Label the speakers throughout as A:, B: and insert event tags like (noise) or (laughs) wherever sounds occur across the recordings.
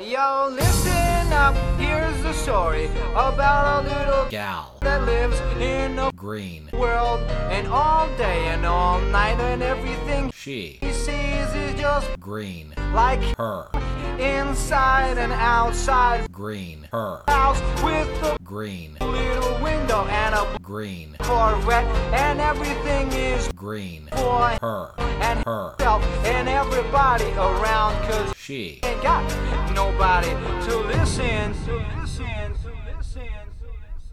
A: Yo, listen up. Here's the story about a little
B: gal,
A: that lives in a
B: green,
A: world, and all day and all night, and everything
B: she,
A: she sees is just
B: green,
A: like
B: her,
A: inside and outside
B: green, her,
A: house with a
B: green,
A: little window and a
B: green,
A: Corvette, and everything is
B: green,
A: boy
B: her,
A: and
B: her,
A: herself and everybody around, cause
B: she,
A: ain't got nobody to listen to listen to listen to listen.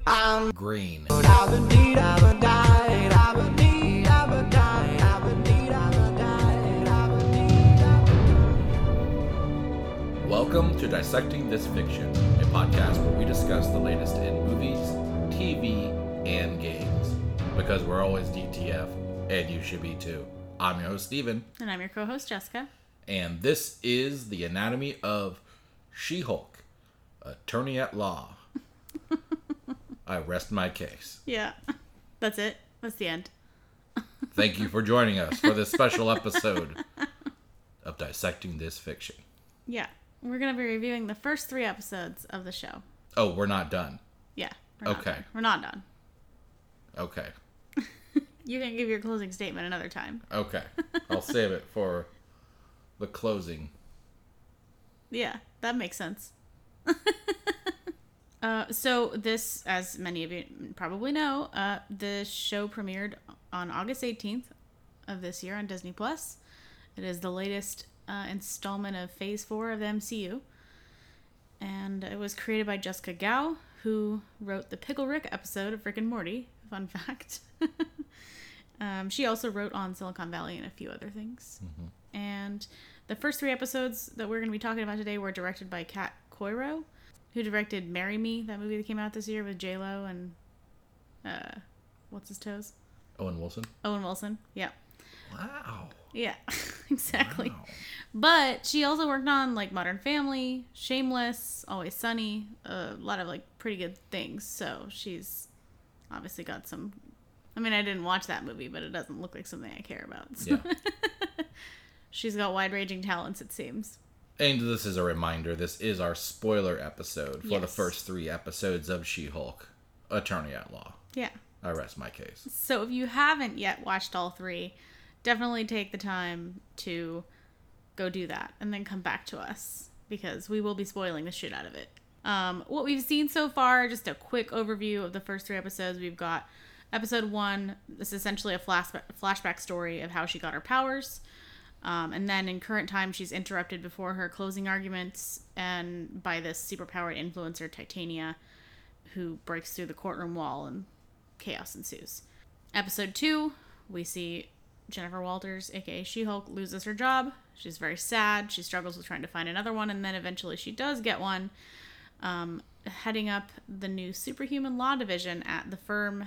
A: I'm
B: green,
A: I've been need, I've been died, I've been need, I've been died, I've been need, I've been died, I've been need, I've been
C: Welcome to Dissecting This Fiction, a podcast where we discuss the latest in movies, TV, and games. Because we're always DTF, and you should be too. I'm your host, Steven,
D: And I'm your co host, Jessica.
C: and this is The Anatomy of She Hulk, Attorney at Law. I rest my case.
D: Yeah. (laughs) That's it. That's the end.
C: Thank you for joining us for this special episode of Dissecting This Fiction.
D: Yeah. We're going to be reviewing the first three episodes of the show.
C: Oh, we're not done.
D: Yeah. we're not
C: Okay.
D: done. We're not done.
C: Okay.
D: You can give your closing statement another time.
C: Okay. I'll save it for the closing.
D: Yeah. That makes sense. (laughs) uh, so, this, as many of you probably know, uh, the show premiered on August 18th of this year on Disney Plus. It is the latest uh, installment of Phase 4 of the MCU. and it was created by Jessica Gao, who wrote the Pickle Rick episode of Rick and Morty. Fun (laughs) fact. um, she also wrote on Silicon Valley and a few other things. And the first three episodes that we're going to be talking about today were directed by Kat Coiro, who directed "Marry Me," that movie that came out this year with J Lo and uh, what's his toes,
C: Owen Wilson.
D: Owen Wilson. Yeah,
C: Wow.
D: yeah, (laughs) exactly.
C: Wow.
D: But she also worked on like Modern Family, Shameless, Always Sunny, a lot of like pretty good things. So she's obviously got some. I mean, I didn't watch that movie, but it doesn't look like something I care about. So.
C: Yeah.
D: (laughs) she's got wide ranging talents, it seems.
C: And this is a reminder this is our spoiler episode for the
D: Yes.
C: first three episodes of She Hulk, Attorney at Law.
D: Yeah.
C: I rest my case.
D: So if you haven't yet watched all three, definitely take the time to go do that and then come back to us because we will be spoiling the shit out of it. Um, what we've seen so far, just a quick overview of the first three episodes. We've got episode one. This is essentially a flash- flashback story of how she got her powers. Um, and then in current time, she's interrupted before her closing arguments and by this superpowered influencer, Titania, who breaks through the courtroom wall and chaos ensues. Episode two, we see Jennifer Walters, aka She Hulk, loses her job. She's very sad. She struggles with trying to find another one, and then eventually she does get one, um, heading up the new superhuman law division at the firm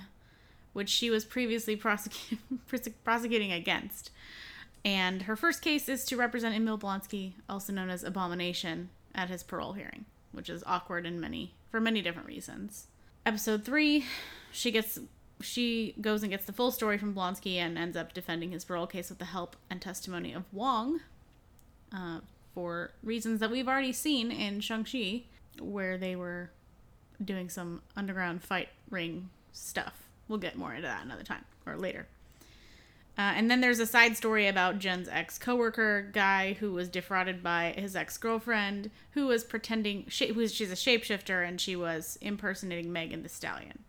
D: which she was previously (laughs) prosecu- prose- prosecuting against. And her first case is to represent Emil Blonsky, also known as Abomination, at his parole hearing, which is awkward in many for many different reasons. Episode three, she gets she goes and gets the full story from Blonsky and ends up defending his parole case with the help and testimony of Wong, uh, for reasons that we've already seen in Shang Chi, where they were doing some underground fight ring stuff. We'll get more into that another time or later. Uh, and then there's a side story about Jen's ex coworker guy who was defrauded by his ex girlfriend who was pretending she who was she's a shapeshifter and she was impersonating Megan the Stallion.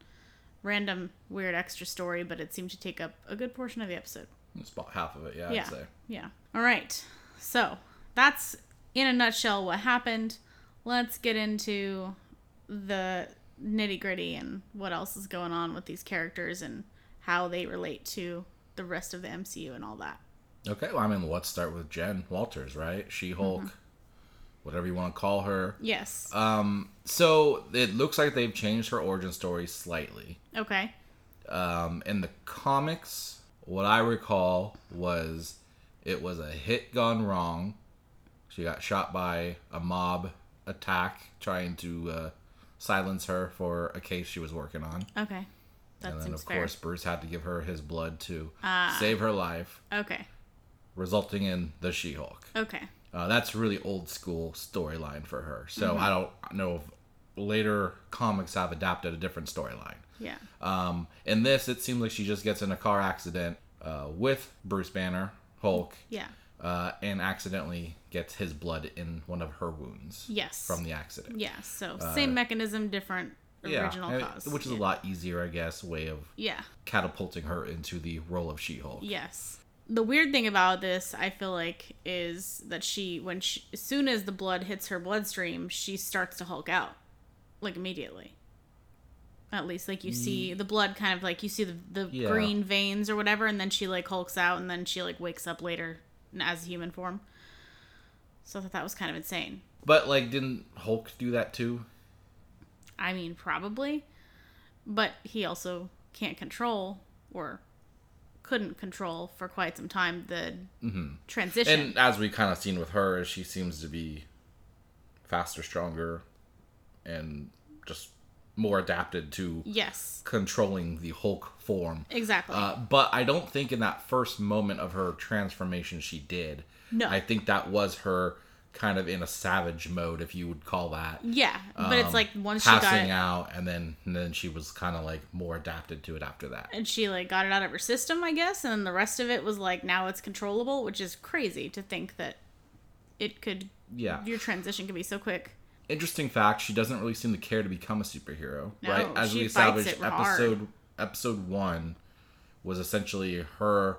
D: Random weird extra story, but it seemed to take up a good portion of the episode.
C: It's about half of it, yeah,
D: Yeah.
C: I'd say.
D: Yeah. All right. So that's in a nutshell what happened. Let's get into the nitty gritty and what else is going on with these characters and how they relate to the rest of the MCU and all that.
C: Okay, well, I mean, let's start with Jen Walters, right? She Hulk,
D: Mm-hmm.
C: whatever you want to call her.
D: Yes.
C: Um, so it looks like they've changed her origin story slightly.
D: okay.
C: um, in the comics, what I recall was it was a hit gone wrong. She got shot by a mob attack trying to uh, silence her for a case she was working on.
D: Okay. That
C: and then,
D: seems
C: of
D: fair. Ah.
C: course, Bruce had to give her his blood to save her life,
D: Okay.
C: resulting in the She Hulk.
D: Okay.
C: Uh, that's really old school storyline for her. So
D: Mm-hmm.
C: I don't know if later comics have adapted a different storyline.
D: Yeah.
C: Um, in this, it seems like she just gets in a car accident uh, with Bruce Banner, Hulk,
D: Yeah.
C: uh, and accidentally gets his blood in one of her wounds.
D: Yes.
C: From the accident.
D: Yeah. So same mechanism, different original
C: and-
D: cause.
C: Which is
D: yeah.
C: a lot easier, I guess, way of
D: Yeah.
C: catapulting her into the role of She-Hulk.
D: Yes. The weird thing about this, I feel like, is that she, when she, as soon as the blood hits her bloodstream, she starts to Hulk out, like immediately. At least, like you see the blood, kind of like you see the the
C: Mm. Yeah.
D: green veins or whatever, and then she like hulks out, and then she like wakes up later as a human form. So I thought that was kind of insane.
C: But like, didn't Hulk do that too?
D: I mean, probably, but he also can't control or couldn't control for quite some time the transition.
C: Mm-hmm. And as we kind of seen with her, is she seems to be faster, stronger, and just more adapted to
D: yes,
C: controlling the Hulk form.
D: exactly.
C: Uh, but I don't think in that first moment of her transformation she did.
D: No.
C: I think that was her kind of in a savage mode, if you would call that.
D: yeah, but it's
C: um,
D: like once she got
C: Passing
D: it,
C: out, and then and then she was kind of like more adapted to it after that.
D: and she like got it out of her system, I guess, and then the rest of it was like now it's controllable, which is crazy to think that it could
C: Yeah.
D: your transition could be so quick.
C: interesting fact she doesn't really seem to care to become a superhero
D: No,
C: right as
D: she
C: we
D: fights
C: established
D: it hard.
C: episode episode one was essentially her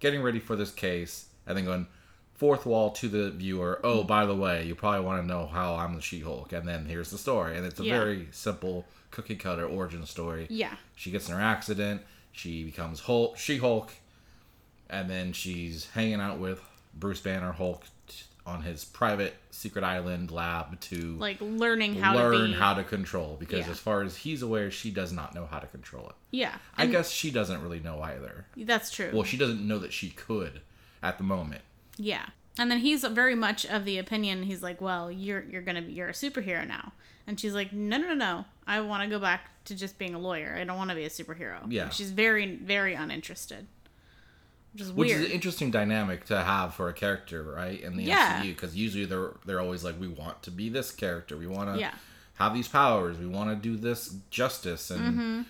C: getting ready for this case and then going fourth wall to the viewer oh
D: Mm-hmm.
C: by the way you probably want to know how i'm the she-hulk and then here's the story and it's a
D: Yeah.
C: very simple cookie cutter origin story
D: Yeah,
C: she gets in her accident she becomes hulk she-hulk and then she's hanging out with bruce banner hulk t- on his private secret island lab to
D: like learning how to
C: learn
D: be.
C: how to control because
D: Yeah.
C: as far as he's aware she does not know how to control it
D: yeah,
C: i guess she doesn't really know either
D: that's true.
C: well she doesn't know that she could at the moment
D: Yeah. And then he's very much of the opinion he's like, "Well, you're you're going to be you're a superhero now." And she's like, "No, no, no, no. I want to go back to just being a lawyer. I don't want to be a superhero."
C: Yeah.
D: And she's very very uninterested. Which is
C: which
D: weird.
C: is an interesting dynamic to have for a character right in the
D: Yeah.
C: mcu because usually they're they're always like we want to be this character we want to
D: Yeah.
C: have these powers we want to do this justice and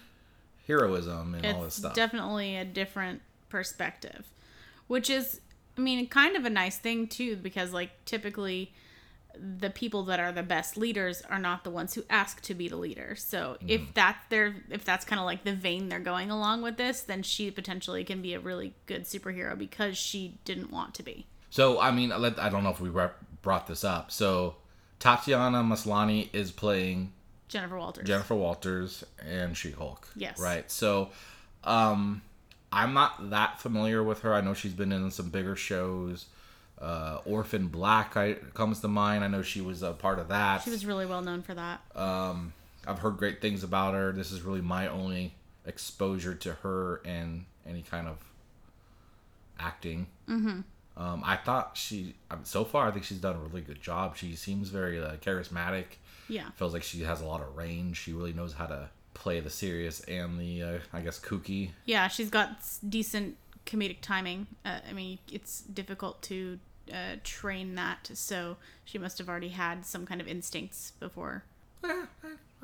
C: heroism and all this
D: Mm-hmm. it's
C: stuff
D: definitely a different perspective, which is I mean, kind of a nice thing too because like typically the people that are the best leaders are not the ones who ask to be the leader. So if
C: Mm.
D: that's their if that's kind of like the vein they're going along with this, then she potentially can be a really good superhero because she didn't want to be.
C: So I mean, I let- I don't know if we rep- brought this up. So Tatiana Maslany is playing
D: Jennifer Walters.
C: Jennifer Walters and She Hulk.
D: Yes.
C: Right. So, um, I'm not that familiar with her. I know she's been in some bigger shows. Uh, Orphan Black I, comes to mind. I know she was a part of that.
D: She was really well known for that.
C: Uh, I've heard great things about her. This is really my only exposure to her and any kind of acting. Mm-hmm. Um, I thought she, um, so far, I think she's done a really good job. She seems very uh, charismatic.
D: yeah.
C: Feels like she has a lot of range. She really knows how to play the serious and the, uh, I guess, kooky.
D: Yeah, she's got s- decent comedic timing. Uh, I mean, it's difficult to uh, train that, so she must have already had some kind of instincts before.
C: Eh,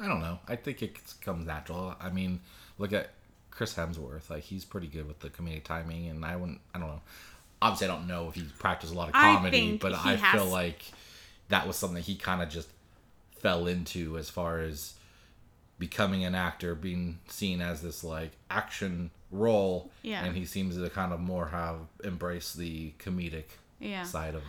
C: I don't know. I think it comes natural. I mean, look at Chris Hemsworth. Like he's pretty good with the comedic timing, and I wouldn't. I don't know. Obviously, I don't know if he's practiced a lot of
D: I
C: comedy,
D: think
C: but
D: he
C: I feel
D: has-
C: like that was something he kind of just fell into as far as becoming an actor, being seen as this like action role,
D: Yeah.
C: and he seems to kind of more have embraced the comedic
D: Yeah.
C: side of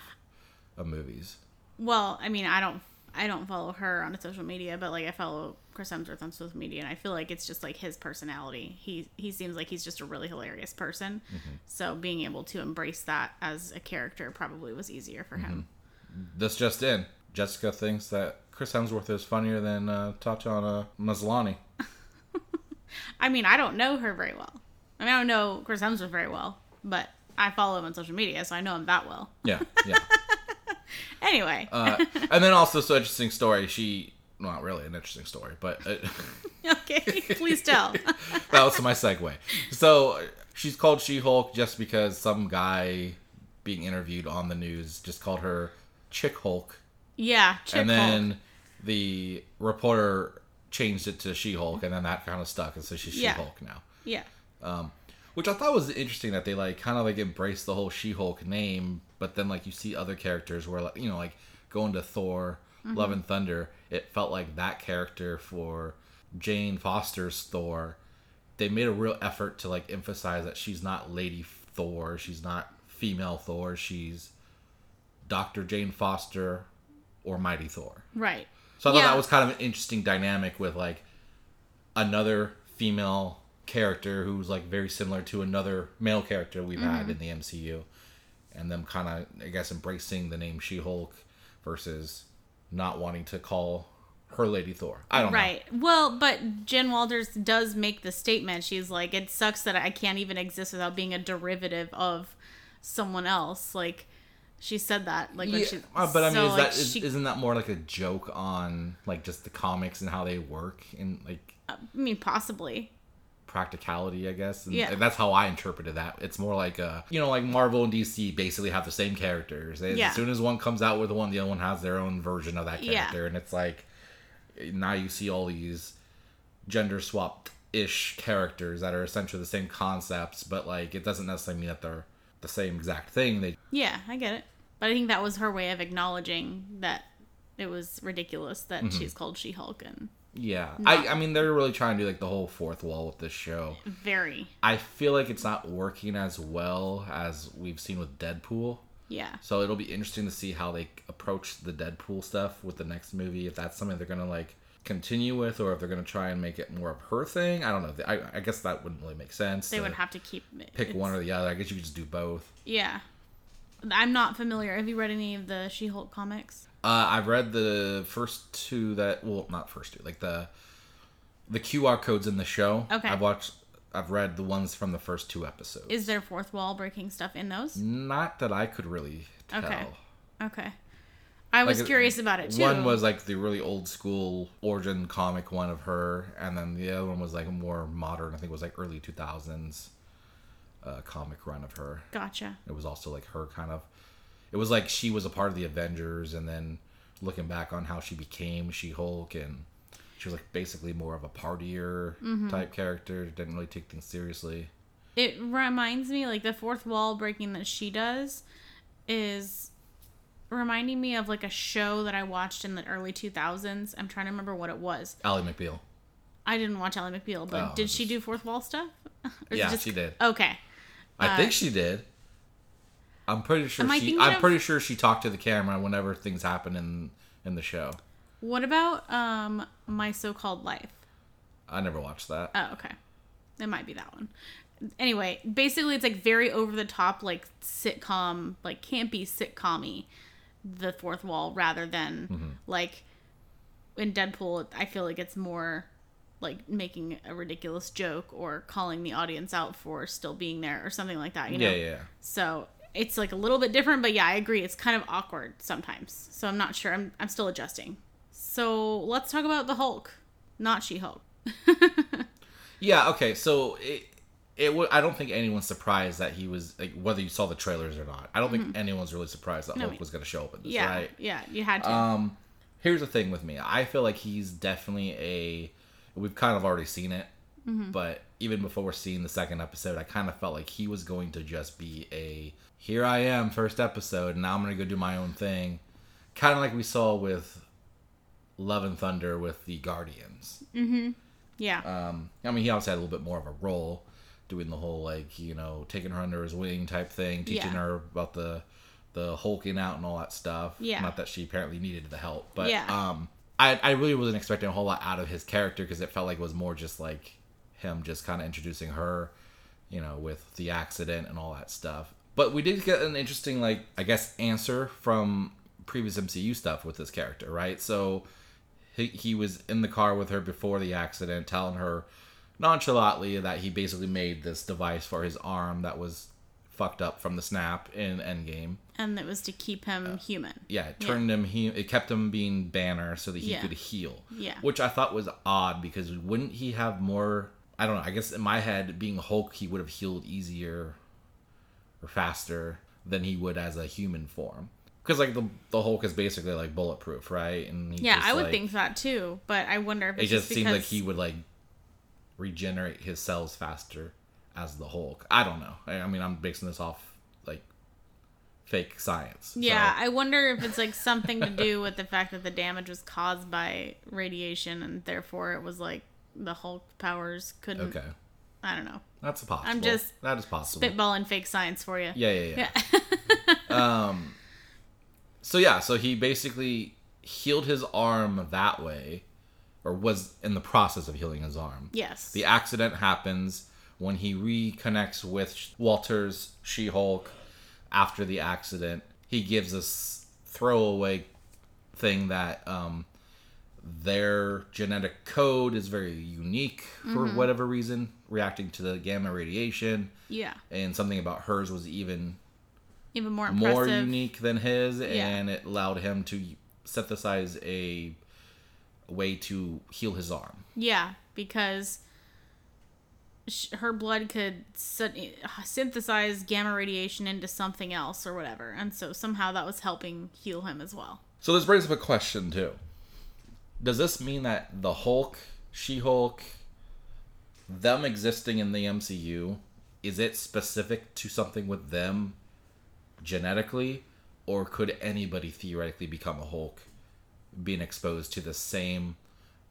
C: of movies.
D: Well, I mean, I don't, I don't follow her on social media, but like I follow Chris Hemsworth on social media, and I feel like it's just like his personality. He he seems like he's just a really hilarious person, so being able to embrace that as a character probably was easier for him.
C: This just in. Jessica thinks that Chris Hemsworth is funnier than uh, Tatiana Maslany.
D: I mean, I don't know her very well. I mean, I don't know Chris Hemsworth very well, but I follow him on social media, so I know him that well.
C: Yeah,
D: (laughs)
C: yeah.
D: Anyway,
C: Uh, and then also, so interesting story. She, well, not really an interesting story, but uh, (laughs)
D: (laughs) okay, please tell.
C: that was my segue. So uh, she's called She Hulk just because some guy being interviewed on the news just called her Chick Hulk,
D: Yeah, Chick
C: and then
D: Hulk.
C: the reporter changed it to She Hulk, and then that kind of stuck, and so she's She
D: Yeah.
C: Hulk now.
D: Yeah.
C: Which I thought was interesting that they like kind of like embraced the whole She-Hulk name, but then like you see other characters where like you know like going to Thor, Love and Thunder, it felt like that character for Jane Foster's Thor, they made a real effort to like emphasize that she's not Lady Thor, she's not female Thor, she's Doctor Jane Foster or Mighty Thor.
D: Right.
C: So I thought
D: Yeah.
C: that was kind of an interesting dynamic with like another female character who's like very similar to another male character we've had
D: Mm-hmm.
C: in the MCU, and them kind of I guess embracing the name She Hulk versus not wanting to call her Lady Thor. I don't
D: Right. Well, but Jen Walters does make the statement. She's like, it sucks that I can't even exist without being a derivative of someone else. Like, she said that. Like,
C: know.
D: when
C: Yeah,
D: she,
C: uh, but I mean,
D: so,
C: is
D: like,
C: that is,
D: she-
C: isn't that more like a joke on like just the comics and how they work and like
D: I mean, possibly.
C: practicality, I guess. And,
D: Yeah.
C: and that's how I interpreted that. It's more like uh you know, like Marvel and DC basically have the same characters. They-
D: Yeah.
C: As soon as one comes out with one, the other one has their own version of that
D: Yeah.
C: character, and it's like now you see all these gender swapped ish characters that are essentially the same concepts, but like it doesn't necessarily mean that they're the same exact thing. They
D: Yeah, I get it. But I think that was her way of acknowledging that it was ridiculous that
C: Mm-hmm.
D: she's called She Hulk and
C: yeah. I I mean they're really trying to do like the whole fourth wall with this show.
D: very.
C: I feel like it's not working as well as we've seen with Deadpool.
D: Yeah.
C: So it'll be interesting to see how they approach the Deadpool stuff with the next movie. If that's something they're gonna like continue with, or if they're gonna try and make it more of her thing. I don't know. I, I guess that wouldn't really make sense.
D: They
C: to
D: would have to keep
C: pick
D: it's-
C: one or the other. I guess you could just do both.
D: Yeah. I'm not familiar. Have you read any of the She Hulk comics?
C: Uh, I've read the first two that well, not first two, like the the QR codes in the show.
D: Okay.
C: I've watched. I've read the ones from the first two episodes.
D: Is there fourth wall breaking stuff in those?
C: not that I could really tell.
D: Okay. Okay. I was
C: Like, uh,
D: curious about it too.
C: One was like the really old school origin comic one of her, and then the other one was like a more modern. I think it was like early two thousands uh, comic run of her.
D: Gotcha.
C: It was also like her kind of. It was like she was a part of the Avengers, and then looking back on how she became She Hulk, and she was like basically more of a partier type character. Didn't really take things seriously.
D: It reminds me, like, the fourth wall breaking that she does is reminding me of, like, a show that I watched in the early 2000s. I'm trying to remember what it was.
C: Ally McBeal.
D: I didn't watch Ally McBeal, but
C: Oh,
D: did
C: this
D: she do fourth wall stuff? (laughs) Or is it
C: Yeah, she did.
D: Okay.
C: I think she did. I'm pretty sure
D: Uh, Am I
C: she.
D: thinking
C: I'm
D: of-
C: pretty sure she talked to the camera whenever things happen in in the show.
D: What about um my so-called life?
C: I never watched that.
D: Oh, okay. It might be that one. Anyway, basically, it's like very over the top, like sitcom, like campy sitcom the fourth wall, rather than
C: Mm-hmm.
D: like in Deadpool, I feel like it's more like making a ridiculous joke or calling the audience out for still being there or something like that. You know?
C: yeah, yeah.
D: So it's like a little bit different, but yeah, I agree. It's kind of awkward sometimes. So I'm not sure. I'm, I'm still adjusting. So let's talk about the Hulk, not She Hulk.
C: Yeah, okay. So it it wa- I don't think anyone's surprised that he was like whether you saw the trailers or not. I don't think anyone's really surprised that Hulk
D: me-
C: was going to show up in this,
D: Mm-hmm. Yeah,
C: right?
D: yeah, you had to.
C: Um here's the thing with me. I feel like he's definitely a we've kind of already seen it,
D: Mm-hmm.
C: but even before seeing the second episode, I kind of felt like he was going to just be a here I am first episode and now I'm going to go do my own thing. Kind of like we saw with Love and Thunder with the Guardians.
D: yeah,
C: Um, I mean, he obviously had a little bit more of a role, doing the whole like you know taking her under his wing type thing, teaching
D: Yeah.
C: her about the the hulking out and all that stuff.
D: Yeah.
C: Not that she apparently needed the help, but
D: Yeah.
C: um, I I really wasn't expecting a whole lot out of his character because it felt like it was more just like him just kind of introducing her, you know, with the accident and all that stuff. But we did get an interesting like I guess answer from previous MCU stuff with this character, right? So he, he was in the car with her before the accident, telling her nonchalantly that he basically made this device for his arm that was fucked up from the snap in Endgame.
D: and it was to keep him human.
C: Yeah, it turned him. He it kept him being Banner so that he
D: Yeah.
C: could heal.
D: Yeah.
C: which I thought was odd because wouldn't he have more? I don't know. I guess in my head, being Hulk, he would have healed easier or faster than he would as a human form. because like the the Hulk is basically like bulletproof, right? And he
D: Yeah,
C: just,
D: I would
C: like-
D: think that too, but I wonder if
C: it
D: it's
C: just seems like
D: because-
C: he would like regenerate his cells faster as the Hulk. I don't know. I, I mean, I'm basing this off like fake science. so-
D: Yeah, I wonder if it's like something to do with the fact that the damage was caused by radiation and therefore it was like the Hulk powers couldn't.
C: okay,
D: I don't know.
C: that's possible.
D: just
C: that is possible.
D: Spitballing fake science for you.
C: Yeah, yeah, yeah. um, so yeah, so he basically healed his arm that way, or was in the process of healing his arm.
D: (laughs) Yes.
C: The accident happens when he reconnects with Sh- Walter's She Hulk after the accident. He gives us throwaway thing that um, their genetic code is very unique for
D: Mm-hmm.
C: whatever reason, reacting to the gamma radiation,
D: yeah.
C: and something about hers was even
D: Even more impressive.
C: more unique than his, and it allowed him to synthesize a way to heal his arm.
D: Yeah, because sh- her blood could syn- synthesize gamma radiation into something else or whatever. And so somehow that was helping heal him as well.
C: So this brings up a question too. Does this mean that the Hulk, She-Hulk, them existing in the MCU, is it specific to something with them genetically, or could anybody theoretically become a Hulk, being exposed to the same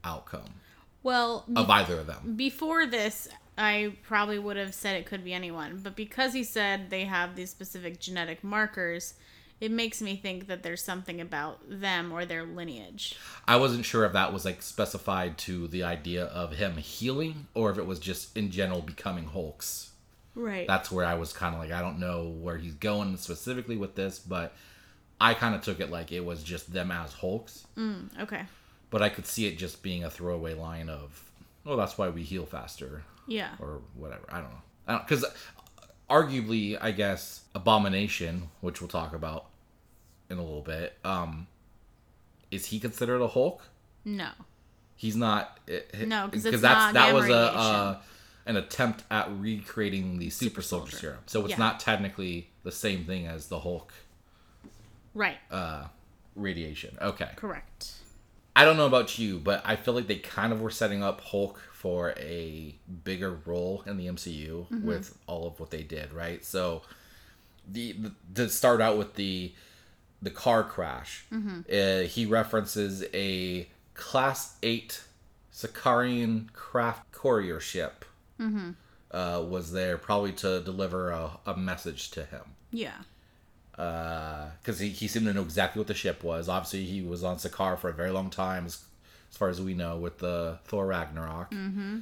C: outcome
D: Well,
C: of either of them?
D: before this, I probably would have said it could be anyone, but because he said they have these specific genetic markers, it makes me think that there's something about them or their lineage.
C: I wasn't sure if that was like specified to the idea of him healing, or if it was just in general becoming Hulks.
D: Right.
C: that's where I was kind of like, I don't know where he's going specifically with this, but I kind of took it like it was just them as Hulks.
D: okay.
C: But I could see it just being a throwaway line of, oh, that's why we heal faster
D: Yeah.
C: or whatever. I don't know. I don't because arguably, I guess Abomination, which we'll talk about in a little bit, um, is he considered a Hulk?
D: No.
C: He's not. eh, It,
D: No, 'cause it's not
C: that
D: gamma
C: was a,
D: radiation.
C: uh an attempt at recreating the super, soldier.
D: soldier.
C: serum. So it's
D: Yeah.
C: not technically the same thing as the Hulk
D: Right.
C: radiation. Okay.
D: Correct.
C: I don't know about you, but I feel like they kind of were setting up Hulk for a bigger role in the MCU with all of what they did, right? So the, the to start out with the the car crash, uh, he references a class eight Sicarian craft courier ship uh, was there probably to deliver a, a message to him
D: Yeah.
C: because uh, he, he seemed to know exactly what the ship was. Obviously, he was on Sakaar for a very long time, as, as far as we know, with the Thor Ragnarok, mm-hmm.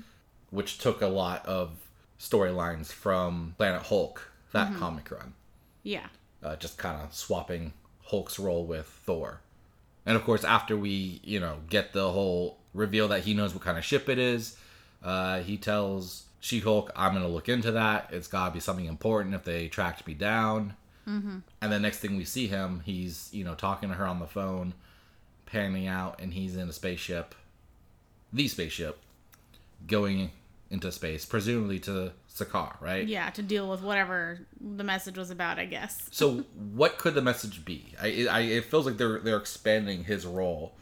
C: which took a lot of storylines from Planet Hulk, that comic run,
D: Yeah.
C: uh, just kind of swapping Hulk's role with Thor. And of course, after we, you know, get the whole reveal that he knows what kind of ship it is, uh, he tells She Hulk, I'm going to look into that. It's got to be something important if they tracked me down. And the next thing we see him, he's, you know, talking to her on the phone, panning out, and he's in a spaceship, the spaceship, going into space, presumably to Sakaar, right?
D: Yeah. To deal with whatever the message was about, I guess.
C: So, what could the message be? I, it- I, it feels like they're they're expanding his role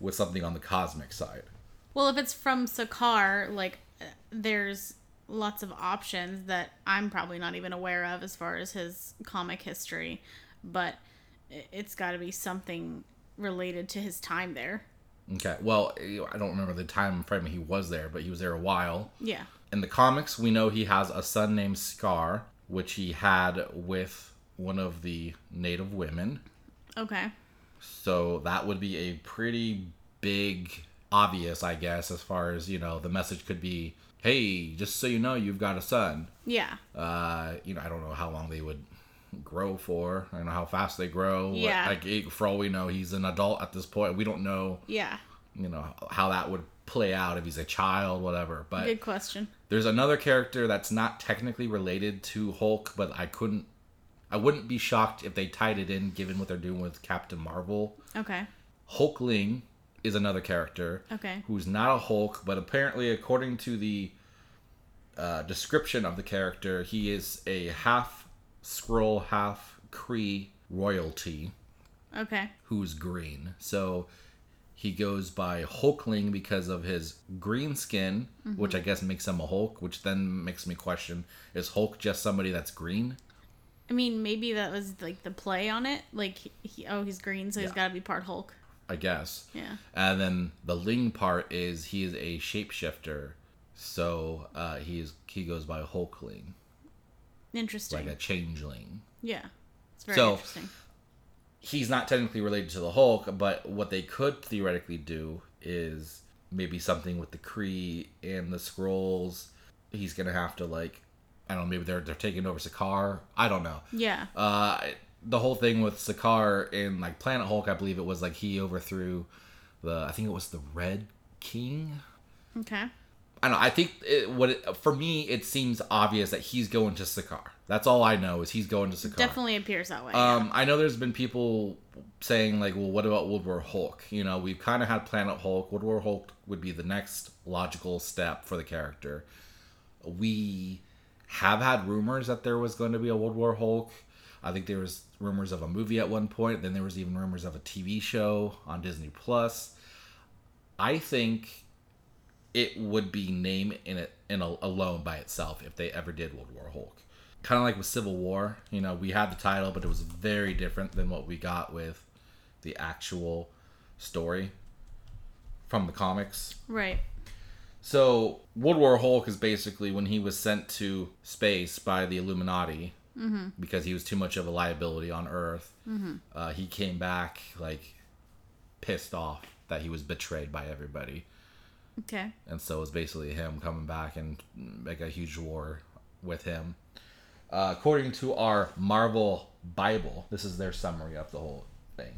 C: with something on the cosmic side.
D: Well, if it's from Sakar, like uh, there's lots of options that I'm probably not even aware of as far as his comic history, but i- it's got to be something related to his time there.
C: Okay. Well, I don't remember the time frame he was there, but he was there a while.
D: Yeah.
C: In the comics, we know he has a son named Scar, which he had with one of the native women.
D: Okay.
C: So that would be a pretty big obvious, I guess, as far as, you know, the message could be, hey, just so you know, you've got a son.
D: Yeah.
C: Uh, you know, I don't know how long they would grow for. I don't know how fast they grow. what-
D: Yeah.
C: Like, it- for all we know, he's an adult at this point. We don't know,
D: Yeah.
C: you know, how that would play out if he's a child, whatever. But
D: Good question.
C: there's another character that's not technically related to Hulk, but I couldn't, I wouldn't be shocked if they tied it in given what they're doing with Captain Marvel.
D: Okay.
C: Hulkling is another character.
D: Okay.
C: Who's not a Hulk, but apparently, according to the uh, description of the character, he is a half Skrull, half Kree royalty.
D: Okay.
C: who's green. So he goes by Hulkling because of his green skin, which I guess makes him a Hulk, which then makes me question is Hulk just somebody that's green?
D: I mean, maybe that was like the play on it. Like, he, oh, he's green, so he's
C: Yeah.
D: got to be part Hulk.
C: I guess.
D: Yeah.
C: And then the Ling part is he is a shapeshifter. So uh, he is he goes by Hulkling,
D: Interesting.
C: like a changeling.
D: yeah. It's very
C: So-
D: interesting.
C: he's not technically related to the Hulk, but what they could theoretically do is maybe something with the Kree and the Scrolls. He's gonna have to like, I don't know, maybe they're they're taking over Sakaar. I don't know.
D: Yeah.
C: Uh, the whole thing with Sakaar and like Planet Hulk, I believe it was like he overthrew the, I think it was the Red King.
D: Okay.
C: I don't know. I think it, what it, for me it seems obvious that he's going to Sakaar. That's all I know is he's going to Sakaar.
D: Definitely appears that way. yeah.
C: Um, I know there's been people saying like, well, what about World War Hulk? You know, we've kind of had Planet Hulk. World War Hulk would be the next logical step for the character. We have had rumors that there was going to be a World War Hulk. I think there was rumors of a movie at one point. Then there was even rumors of a TV show on Disney Plus. I think it would be name in it in a, alone by itself if they ever did World War Hulk. Kind of like with Civil War, you know, we had the title, but it was very different than what we got with the actual story from the comics.
D: right.
C: So World War Hulk is basically when he was sent to space by the Illuminati because he was too much of a liability on Earth. Uh, he came back like pissed off that he was betrayed by everybody
D: Okay.
C: and so it's basically him coming back and make a huge war with him. Uh, according to our Marvel Bible, this is their summary of the whole thing.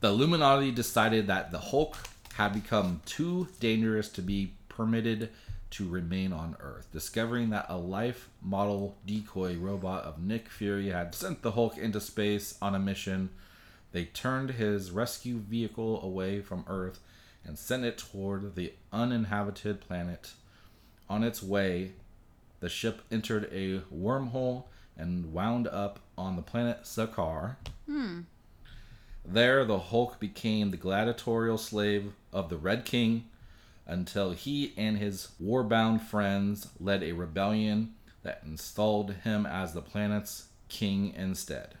C: The Illuminati decided that the Hulk had become too dangerous to be permitted to remain on Earth. Discovering that a life model decoy robot of Nick Fury had sent the Hulk into space on a mission, they turned his rescue vehicle away from Earth and sent it toward the uninhabited planet. On its way, the ship entered a wormhole and wound up on the planet Sakar. There, the Hulk became the gladiatorial slave of the Red King until he and his warbound friends led a rebellion that installed him as the planet's king instead.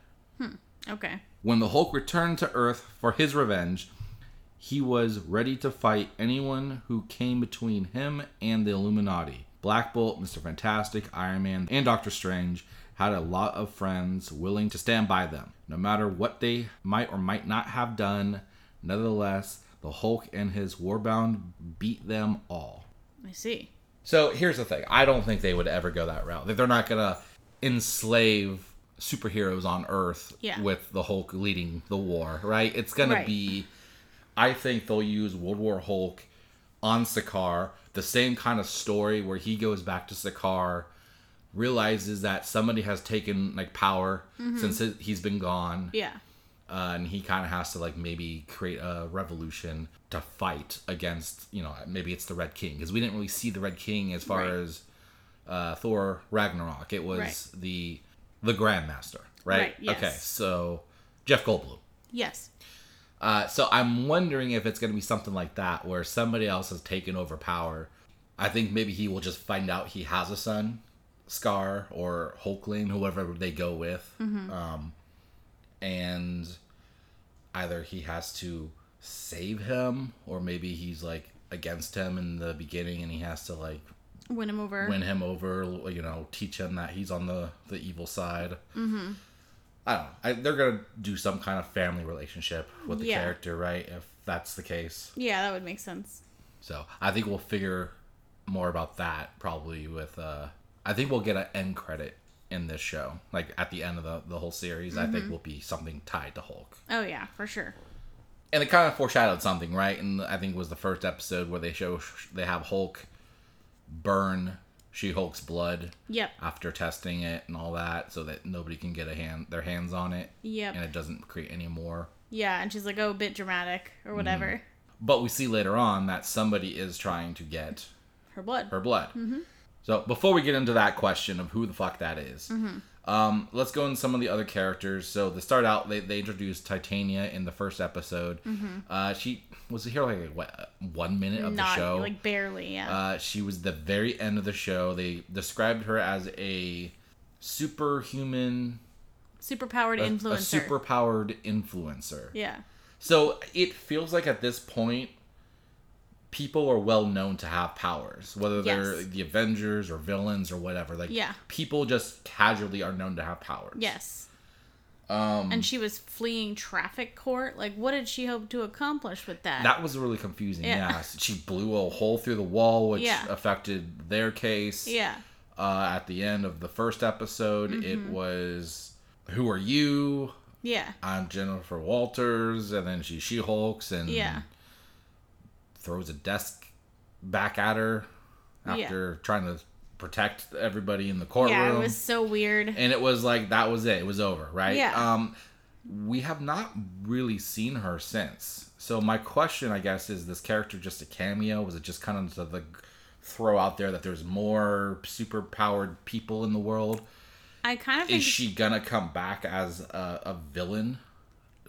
D: Okay.
C: When the Hulk returned to Earth for his revenge, he was ready to fight anyone who came between him and the Illuminati. Black Bolt, Mr. Fantastic, Iron Man, and Doctor Strange had a lot of friends willing to stand by them. No matter what they might or might not have done, nevertheless, the Hulk and his warbound beat them all.
D: I see.
C: So here's the thing: I don't think they would ever go that route. That They're not gonna enslave superheroes on Earth
D: Yeah.
C: with the Hulk leading the war, right? It's gonna
D: Right.
C: be. I think they'll use World War Hulk on Sakaar, the same kind of story where he goes back to Sakaar, realizes that somebody has taken like power
D: Mm-hmm.
C: since he- he's been gone,
D: Yeah.
C: uh, and he kind of has to like maybe create a revolution to fight against you know maybe it's the red king because we didn't really see the red king as far
D: Right.
C: as uh, thor ragnarok it was
D: Right.
C: the the grandmaster right,
D: Right, yes.
C: okay so jeff goldblum
D: Yes.
C: uh, so i'm wondering if it's going to be something like that where somebody else has taken over power i think maybe he will just find out he has a son scar or hulkling whoever they go with um, and either he has to save him or maybe he's like against him in the beginning and he has to like
D: Win him over.
C: win him over you know teach him that he's on the the evil side mm-hmm. i don't know I, they're gonna do some kind of family relationship with the
D: Yeah.
C: character right if that's the case
D: Yeah, that would make sense.
C: so i think we'll figure more about that probably with uh i think we'll get an end credit in this show like at the end of the, the whole series i think will be something tied to hulk
D: Oh yeah, for sure.
C: and it kind of foreshadowed something, right? And I think it was the first episode where they show they have Hulk burn She Hulk's blood
D: Yep.
C: after testing it and all that, so that nobody can get a hand their hands on it,
D: Yep.
C: and it doesn't create any more.
D: yeah, and she's like, "Oh, a bit dramatic or
C: Mm.
D: whatever."
C: But we see later on that somebody is trying to get
D: Her blood. Mm-hmm. Mm-hmm.
C: her blood. So before we get into that question of who the fuck that is, Um, let's go in some of the other characters. So to start out, they, they introduced Titania in the first episode. Uh, she was here like what, uh, one minute of
D: Mm-hmm.
C: the
D: Not
C: show.
D: like barely, yeah.
C: Uh, she was the very end of the show. They described her as a superhuman,
D: Superpowered
C: a
D: influencer.
C: superpowered influencer.
D: yeah.
C: So it feels like at this point, people are well known to have powers, whether they're
D: Yes.
C: the Avengers or villains or whatever. Like,
D: Yeah.
C: people just casually are known to have powers.
D: Yes.
C: Um,
D: And she was fleeing traffic court. Like, what did she hope to accomplish with that?
C: that was really confusing.
D: Yeah.
C: Yeah. She blew a hole through the wall, which
D: Yeah.
C: affected their case.
D: yeah.
C: Uh, at the end of the first episode,
D: Mm-hmm.
C: it was Who Are You?
D: Yeah.
C: I'm Jennifer Walters. And then she She Hulks and
D: Yeah.
C: throws a desk back at her
D: Yeah.
C: after trying to protect everybody in the courtroom.
D: Yeah, it was so weird.
C: and it was like that was it. It was over, right?
D: Yeah.
C: Um we have not really seen her since. So my question I guess is this character just a cameo? Was it just kind of to the throw out there that there's more super powered people in the world?
D: I kind of think
C: Is she gonna come back as a, a villain?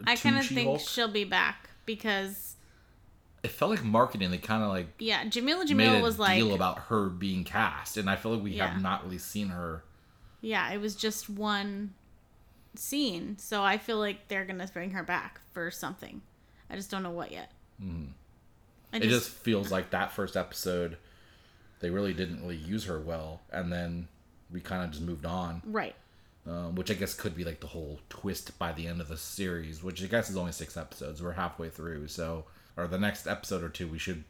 D: I
C: to
D: kind of think
C: She-Hulk?
D: she'll be back because
C: It felt like marketing. They kind of like
D: yeah, Jamila
C: made
D: Jamil
C: a
D: was like
C: deal about her being cast, and I feel like we
D: Yeah.
C: have not really seen her.
D: yeah, it was just one scene, so I feel like they're gonna bring her back for something. I just don't know what yet. I
C: Mm-hmm. it just feels like that first episode, they really didn't really use her well, and then we kind of just moved on,
D: right,
C: um, which I guess could be like the whole twist by the end of the series, which I guess is only six episodes. We're halfway through, so or the next episode or two, we should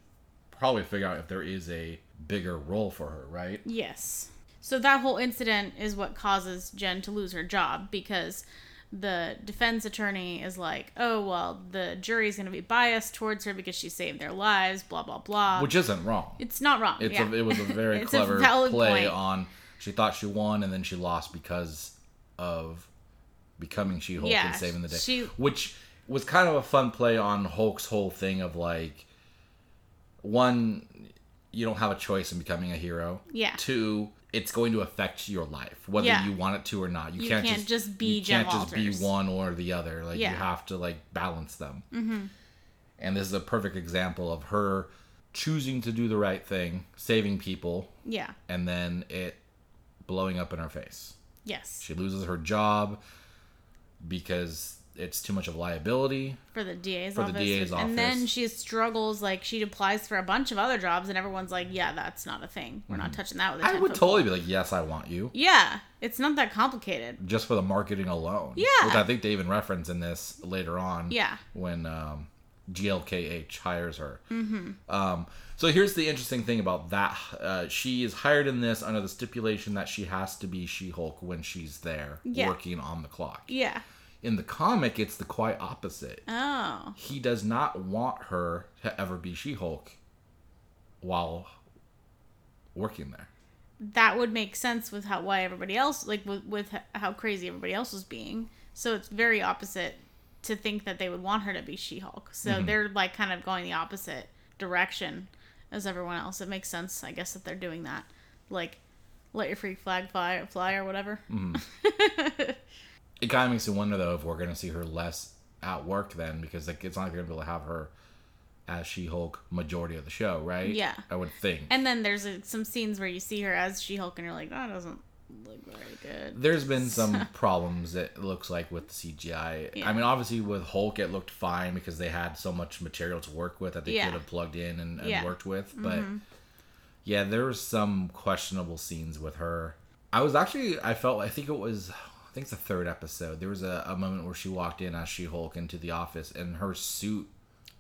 C: probably figure out if there is a bigger role for her, right?
D: yes. So that whole incident is what causes Jen to lose her job because the defense attorney is like, "Oh well, the jury's gonna be biased towards her because she saved their lives." Blah blah blah.
C: Which isn't wrong.
D: it's not wrong.
C: It's
D: yeah.
C: a, it was a very
D: (laughs) It's a
C: clever
D: valid
C: play
D: point.
C: on. She thought she won, and then she lost because of becoming She Hulk
D: Yeah,
C: and saving the day,
D: she-
C: which was kind of a fun play on Hulk's whole thing of like one, you don't have a choice in becoming a hero.
D: Yeah.
C: Two, it's going to affect your life whether
D: Yeah.
C: you want it to or not. You,
D: You
C: can't,
D: can't
C: just,
D: just be
C: you
D: Jen
C: can't just be
D: Walters.
C: one or the other. Like
D: Yeah.
C: you have to like balance them. Mm-hmm. And this is a perfect example of her choosing to do the right thing, saving people,
D: yeah.
C: and then it blowing up in her face.
D: Yes.
C: She loses her job because it's too much of a liability.
D: for the DA's
C: For the
D: office.
C: DA's
D: and then
C: office.
D: she struggles like she applies for a bunch of other jobs and everyone's like, "Yeah, that's not a thing. We're not touching that with a 10
C: Mm-hmm. I would
D: foot
C: totally be like, yes, I want you.
D: Yeah, it's not that complicated.
C: Just for the marketing alone.
D: Yeah.
C: Which I think they even reference in this later on.
D: Yeah.
C: When um, GLKH hires her. Mm-hmm. Um, so here's the interesting thing about that. Uh, she is hired in this under the stipulation that she has to be She Hulk when she's there
D: Yeah.
C: working on the clock.
D: Yeah.
C: In the comic, it's the quite opposite.
D: Oh.
C: he does not want her to ever be She Hulk while working there.
D: That would make sense with how why everybody else like with, with how crazy everybody else was being. So it's very opposite to think that they would want her to be She-Hulk. So they're like kind of going the opposite direction as everyone else. It makes sense, I guess, that they're doing that. Like let your freak flag fly, fly or whatever.
C: It kind of makes me wonder though if we're going to see her less at work then because like it's not going to be able to have her as She Hulk majority of the show, right?
D: Yeah.
C: I would think.
D: (laughs) And then there's uh some scenes where you see her as She Hulk, and you're like, that doesn't look very good.
C: There's been
D: (laughs)
C: some problems it looks like with the CGI.
D: Yeah.
C: I mean, obviously with Hulk it looked fine because they had so much material to work with that they
D: Yeah.
C: could have plugged in and, and
D: Yeah. Mm-hmm.
C: worked with. But yeah, there were some questionable scenes with her. I was actually I felt I think it was I think it's the third episode. There was a, a moment where she walked in as She Hulk into the office and her suit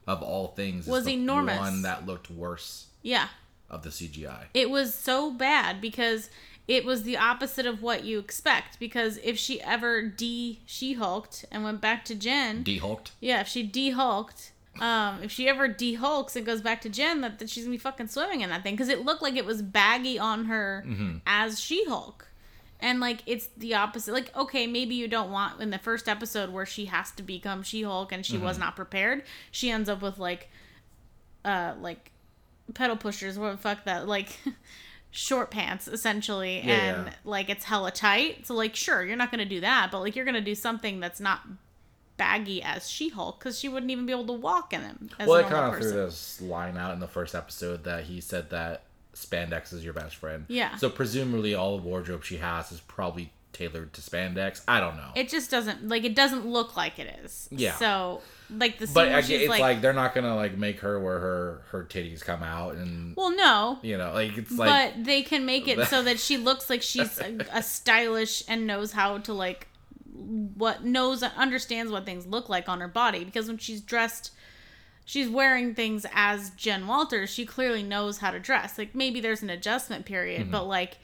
C: of all things is
D: Was
C: the
D: enormous.
C: one that looked worse
D: Yeah,
C: of the CGI.
D: it was so bad because it was the opposite of what you expect. Because if she ever de She Hulked and went back to Jen,
C: De Hulked.
D: yeah, if she de Hulked. Um, if she ever de hulks and goes back to Jen, that, that she's gonna be fucking swimming in that thing because it looked like it was baggy on her
C: Mm-hmm.
D: as She Hulk, and like it's the opposite. Like, okay, maybe you don't want in the first episode where she has to become She Hulk and she
C: Mm-hmm.
D: was not prepared. She ends up with like, (laughs) uh, like pedal pushers. What the fuck that like. short pants essentially
C: Yeah,
D: and
C: yeah.
D: like it's hella tight. So like sure, you're not going to do that, but like you're going to do something that's not baggy as She-Hulk cuz she wouldn't even be able to walk in them as
C: well,
D: a
C: I
D: normal
C: kind of
D: person.
C: threw this line out in the first episode that he said that spandex is your best friend.
D: Yeah.
C: So presumably, all the wardrobe she has is probably tailored to spandex. I don't know.
D: It just doesn't like it doesn't look like it is.
C: Yeah.
D: So like the scene
C: but
D: where
C: actually,
D: she's
C: it's like,
D: like,
C: they're not gonna like make her where her her titties come out and
D: well no,
C: you know like it's like
D: but they can make it so that she looks like she's a, a stylish and knows how to like what knows understands what things look like on her body because when she's dressed she's wearing things as Jen Walters she clearly knows how to dress like maybe there's an adjustment period
C: Mm-hmm.
D: but like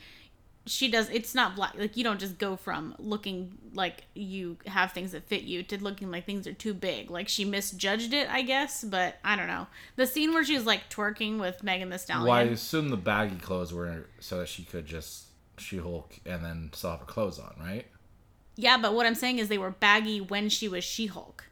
D: she does it's not black like you don't just go from looking like you have things that fit you to looking like things are too big like she misjudged it i guess but i don't know the scene where she's like twerking with megan the stallion
C: why I assume the baggy clothes were so that she could just she Hulk and then still have her clothes on, right?
D: Yeah, but what I'm saying is they were baggy when she was She Hulk.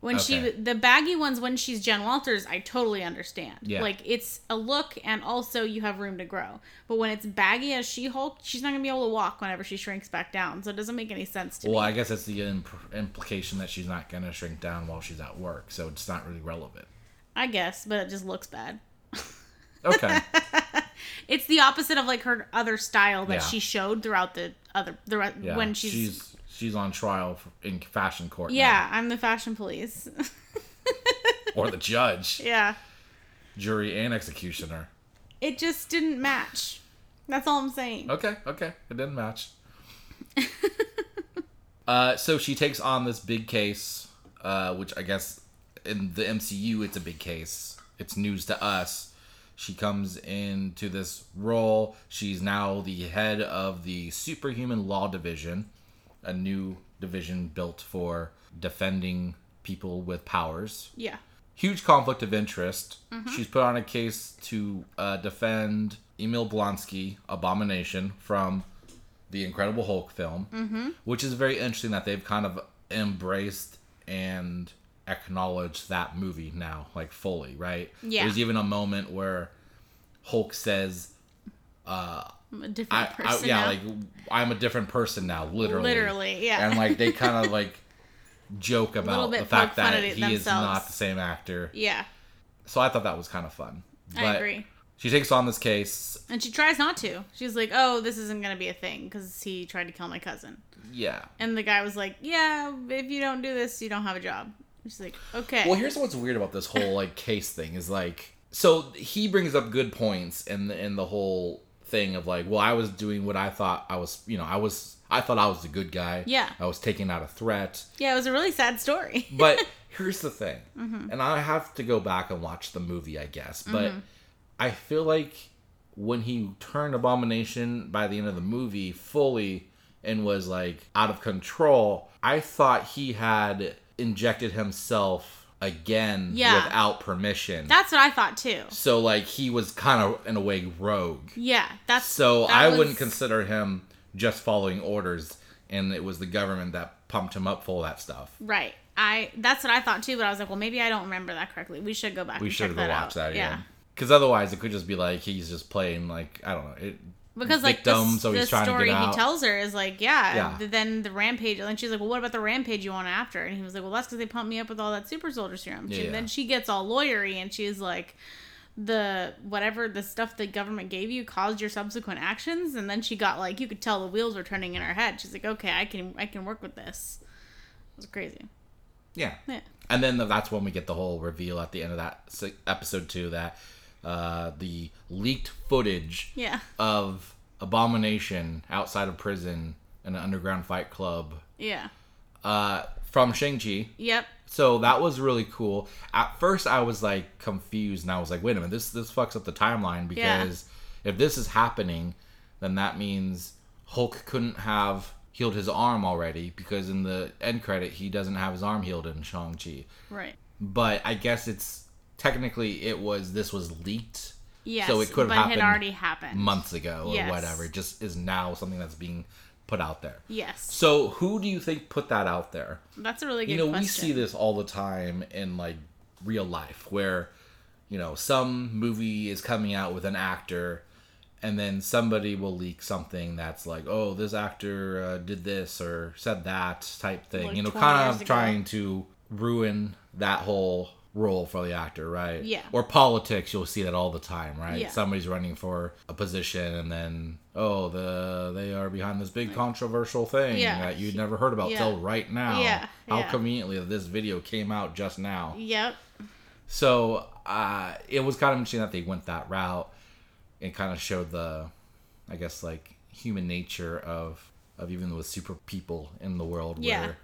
D: When she
C: Okay.
D: the baggy ones when she's Jen Walters, I totally understand.
C: Yeah.
D: Like it's a look and also you have room to grow. But when it's baggy as She Hulk, she's not gonna be able to walk whenever she shrinks back down. So it doesn't make any sense to me.
C: Well, I guess that's the imp- implication that she's not gonna shrink down while she's at work, so it's not really relevant.
D: I guess, but it just looks bad. (laughs)
C: Okay.
D: It's the opposite of like her other style that
C: Yeah.
D: she showed throughout the other the re-
C: Yeah,
D: when she's,
C: she's she's on trial for, in fashion court. now.
D: yeah, I'm the fashion police. (laughs)
C: or the judge,
D: yeah.
C: jury, and executioner.
D: It just didn't match. That's all I'm saying.
C: Okay, okay, it didn't
D: (laughs)
C: match. uh, so she takes on this big case, uh, which I guess in the MCU it's a big case. It's news to us. She comes into this role. She's now the head of the Superhuman Law Division, a new division built for defending people with powers
D: Yeah.
C: huge conflict of interest.
D: Mm-hmm.
C: She's put on a case to uh, defend Emil Blonsky, Abomination, from the Incredible Hulk film, mm-hmm. which is very interesting that they've kind of embraced and acknowledged that movie now, like fully, right?
D: Yeah.
C: There's even a moment where Hulk says,
D: I'm a different
C: I, I,
D: person.
C: yeah,
D: now.
C: like I'm a different person now, literally.
D: Literally, yeah.
C: And like they kind
D: (laughs)
C: of like joke about
D: bit
C: the fact
D: poke fun
C: that
D: at it
C: he is not
D: themselves.
C: the same actor.
D: Yeah,
C: So I thought that was kind of fun.
D: I agree.
C: She takes on this case.
D: And she tries not to. She's like, "Oh, this isn't gonna be a thing because he tried to kill my cousin."
C: Yeah.
D: And the guy was like, "Yeah, if you don't do this, you don't have a job." She's like, "Okay."
C: Well, here's what's weird about this whole like case thing is like so he brings up good points and in, in the whole thing of like, well, I was doing what I thought I was, you know, I was I thought I was the good guy.
D: Yeah.
C: I was taking out a threat.
D: yeah, it was a really sad story. (laughs)
C: But here's the thing.
D: Mm-hmm.
C: And I have to go back and watch the movie, I guess, but I feel like when he turned abomination by the end of the movie fully and was like out of control i thought he had injected himself again
D: Yeah.
C: without permission
D: That's what I thought too.
C: so like he was kind of in a way rogue
D: Yeah, that's
C: so
D: that
C: i
D: was-
C: wouldn't consider him just following orders and it was the government that pumped him up full of that stuff
D: Right. I that's what I thought too, but I was like, well, maybe I don't remember that correctly. We should go back.
C: we
D: and
C: should
D: check
C: have
D: that
C: watched that
D: out.
C: again because otherwise it could just be like he's just playing like i don't know it
D: because like
C: victim,
D: this,
C: so he's
D: this
C: trying to get
D: story
C: out.
D: he tells her is like yeah,
C: Yeah.
D: th- then the rampage and she's like well what about the rampage you want after and he was like well that's because they pumped me up with all that super soldier serum
C: Yeah,
D: and
C: yeah.
D: then she gets all lawyery and she's like the whatever the stuff the government gave you caused your subsequent actions and then she got like you could tell the wheels were turning in her head she's like okay i can i can work with this it was crazy
C: yeah
D: yeah
C: And then that's when we get the whole reveal at the end of that se- episode two that uh, the leaked footage
D: yeah
C: of Abomination outside of prison in an underground fight club
D: yeah
C: uh, from Shang-Chi.
D: yep
C: So that was really cool. At first, I was like confused, and I was like, "Wait a minute, this this fucks up the timeline
D: Yeah.
C: because if this is happening, then that means Hulk couldn't have healed his arm already because in the end credit he doesn't have his arm healed in Shang-Chi."
D: right
C: but I guess it's technically it was this was leaked
D: yes
C: So it could've
D: but it
C: happened
D: had already happened
C: months ago or
D: Yes.
C: whatever. It just is now something that's being put out there.
D: yes
C: So who do you think put that out there?
D: that's a really good
C: you know,
D: question
C: we see this all the time in like real life where you know some movie is coming out with an actor and then somebody will leak something that's like, oh, this actor uh, did this or said that type thing.
D: Like
C: you know,
D: 20
C: kind
D: years
C: of
D: ago.
C: trying to ruin that whole role for the actor, right?
D: Yeah.
C: Or politics, you'll see that all the time, right?
D: Yeah.
C: Somebody's running for a position, and then oh, the they are behind this big controversial thing
D: Yeah.
C: that you'd never heard about
D: Yeah.
C: till right now.
D: Yeah,
C: How
D: yeah.
C: conveniently that this video came out just now.
D: Yep.
C: So uh, it was kind of interesting that they went that route and kind of showed the, I guess, like human nature of of even with super people in the world
D: Yeah.
C: where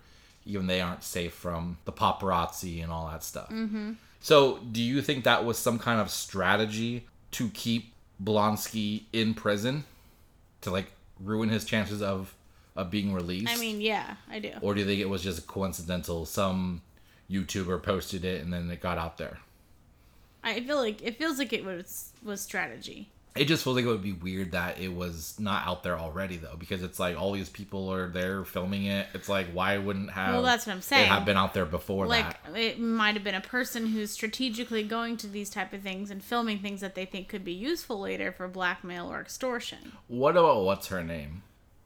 C: even they aren't safe from the paparazzi and all that stuff. Mm-hmm. So do you think that was some kind of strategy to keep Blonsky in prison to like ruin his chances of of being released?
D: I mean, yeah, I do.
C: or do you think it was just coincidental? Some YouTuber posted it and then it got out there.
D: I feel like it feels like it was was strategy.
C: it just feels like it would be weird that it was not out there already though because it's like all these people are there filming it it's like why wouldn't have
D: Well, that's what I'm saying.
C: it have been out there before
D: Like
C: that
D: it might have been a person who's strategically going to these type of things and filming things that they think could be useful later for blackmail or extortion.
C: what about what's her name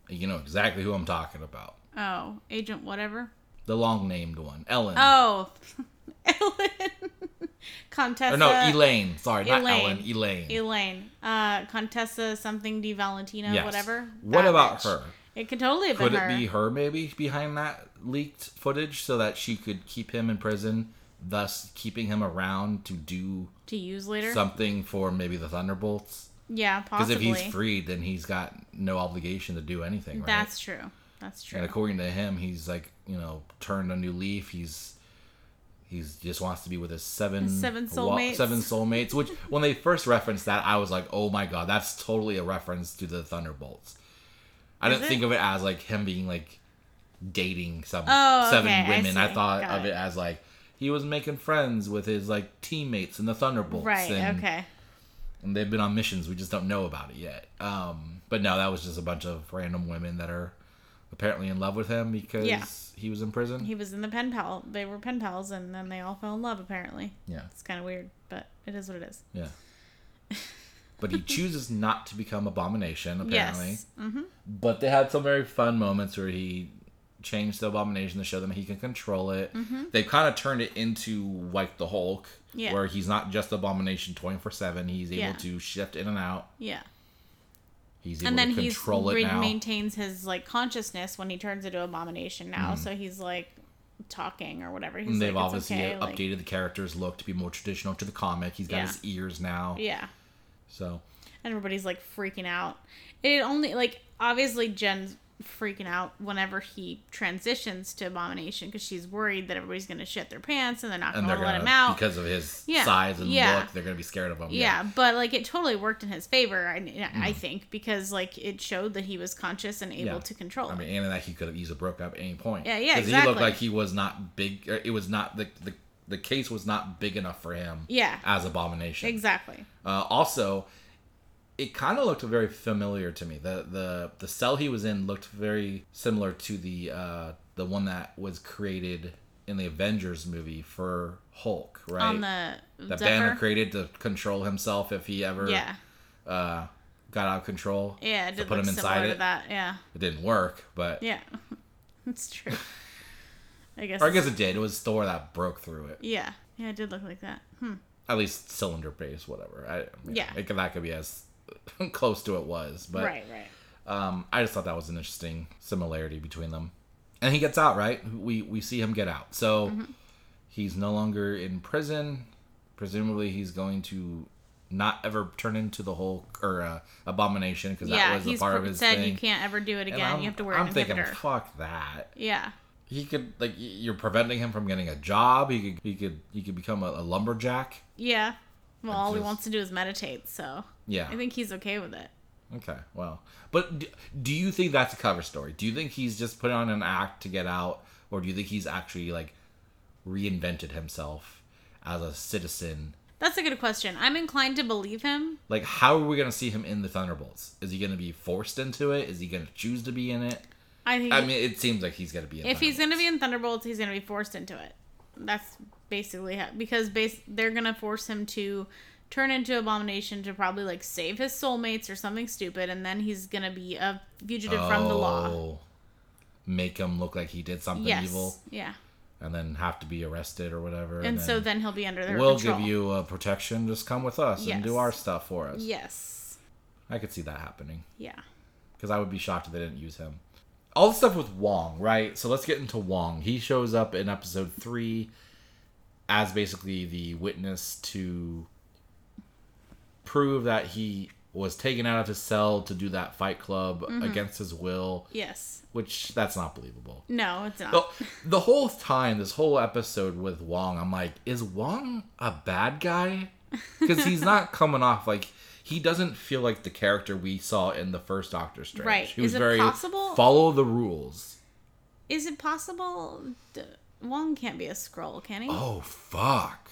C: you know exactly who i'm talking about
D: Oh, agent whatever.
C: the long named one ellen
D: Oh, (laughs) Ellen. Contessa.
C: or no elaine sorry not
D: uh, Elaine.
C: ellen elaine
D: Elaine. Uh, Contessa something Di Valentino,
C: Yes.
D: whatever.
C: What
D: That
C: about
D: bitch.
C: her?
D: It could totally have
C: could
D: been her.
C: it be her maybe behind that leaked footage so that she could keep him in prison thus keeping him around to do
D: to use later?
C: something for maybe the thunderbolts
D: yeah,
C: Because if
D: possibly.
C: he's freed, then he's got no obligation to do anything, right?
D: That's true. That's true.
C: and according to him, he's like you know turned a new leaf. He's he's just wants to be with his seven
D: His seven
C: wa-
D: soulmates.
C: seven soulmates. Which when they first referenced that, I was like, oh my god, that's totally a reference to the Thunderbolts. I
D: Is
C: didn't
D: it?
C: think of it as like him being like dating some
D: Oh,
C: seven
D: okay, I
C: women. I,
D: see.
C: thought
D: Got
C: of
D: it.
C: it as like he was making friends with his like teammates in the Thunderbolts.
D: right,
C: and-
D: okay.
C: and they've been on missions. We just don't know about it yet. Um, but no, that was just a bunch of random women that are apparently in love with him because
D: Yeah.
C: he was in prison.
D: He was in the pen pal. They were pen pals, and then they all fell in love, apparently.
C: yeah,
D: It's kind of weird, but it is what it is.
C: yeah. but
D: (laughs)
C: he chooses not to become Abomination, apparently.
D: Yes. Mm-hmm.
C: But they had some very fun moments where he changed the Abomination to show them he can control it. They've kind of turned it into like the Hulk,
D: Mm-hmm. Yeah.
C: where he's not just Abomination 24 7. He's able
D: Yeah.
C: to shift in and out.
D: Yeah.
C: He's able
D: And then
C: to
D: he
C: control it now.
D: maintains his, like, consciousness when he turns into Abomination now, so he's, like, talking or whatever. He's
C: And Mm. they've
D: like, "It's
C: obviously
D: okay,
C: uh,
D: like-
C: updated the character's look to be more traditional to the comic. He's got
D: Yeah.
C: his ears now.
D: Yeah.
C: So
D: and everybody's like freaking out. It only like obviously Jen's freaking out whenever he transitions to Abomination because she's worried that everybody's gonna shit their pants and they're not
C: and
D: gonna
C: they're
D: let
C: gonna
D: him out.
C: because of his
D: Yeah,
C: size and
D: yeah.
C: look, they're gonna be scared of him.
D: yeah. but like it totally worked in his favor. I, I think because like it showed that he was conscious and able
C: Mm-hmm. Yeah.
D: to control.
C: I mean, and that he could have easily broke up at any point.
D: Yeah, yeah,
C: he looked
D: exactly.
C: like he was not big. Or it was not the, the the case was not big enough for him.
D: Yeah.
C: as abomination.
D: it. exactly.
C: Uh, also, it kind of looked very familiar to me. the the The cell he was in looked very similar to the uh, the one that was created in the Avengers movie for Hulk, right?
D: On the
C: that
D: Zephyr.
C: Banner created to control himself if he ever
D: yeah,
C: uh, got out of control.
D: yeah, it
C: to
D: did
C: put
D: look
C: him
D: similar
C: inside
D: to
C: it.
D: that. Yeah,
C: It didn't work, but
D: yeah, (laughs) that's true.
C: (laughs)
D: I guess.
C: or I guess it did. It was Thor that broke through it.
D: yeah, yeah, it did look like that. Hmm.
C: At least cylinder base, whatever. I, I mean,
D: Yeah.
C: it, could- that could be as (laughs) close to it was, but
D: right, right.
C: Um, I just thought that was an interesting similarity between them. And he gets out, right? We we see him get out. So he's no longer in prison. Presumably, he's going to not ever turn into the Hulk or uh, Abomination because
D: yeah,
C: that was a
D: he's
C: part
D: pr-
C: of his
D: said
C: thing.
D: you can't ever do it
C: And
D: again.
C: I'm-
D: you have to wear
C: I'm
D: an
C: thinking,
D: inhibitor.
C: fuck that.
D: yeah,
C: He could like y- you're preventing him from getting a job. He could he could he could become a, a lumberjack.
D: yeah. Well, all he
C: just-
D: wants to do is meditate, so
C: Yeah.
D: I think he's okay with it.
C: Okay, well, but do, do you think that's a cover story? Do you think he's just put on an act to get out, or do you think he's actually like reinvented himself as a citizen?
D: That's a good question. I'm inclined to believe him.
C: Like, how are we gonna see him in the Thunderbolts? Is he gonna be forced into it? Is he gonna choose to be in it?
D: I think
C: I mean, it seems like he's gonna be. In
D: if he's
C: Thunderbolts.
D: going to be in Thunderbolts, he's going to be forced into it. That's basically how, because base they're going to force him to turn into abomination to probably like save his soulmates or something stupid and then he's gonna be a fugitive from the law
C: Oh. Make him look like he did something
D: yes
C: evil
D: yeah
C: and then have to be arrested or whatever.
D: and so then he'll be under their
C: we'll
D: control.
C: give you uh, protection. Just come with us and do
D: Yes.
C: our stuff for us.
D: yes
C: I could see that happening
D: yeah
C: because I would be shocked if they didn't use him. All the stuff with Wong, right? So let's get into Wong. He shows up in episode three as basically the witness to prove that he was taken out of his cell to do that fight club against his will,
D: yes
C: which that's not believable.
D: no it's not
C: The, the whole time, this whole episode with Wong, I'm like, is Wong a bad guy? Because he's
D: (laughs)
C: not coming off like he doesn't feel like the character we saw in the first Doctor Strange.
D: Right.
C: He
D: Is it possible-
C: follow the rules.
D: is it possible d- Wong can't be a scroll can he
C: Oh fuck.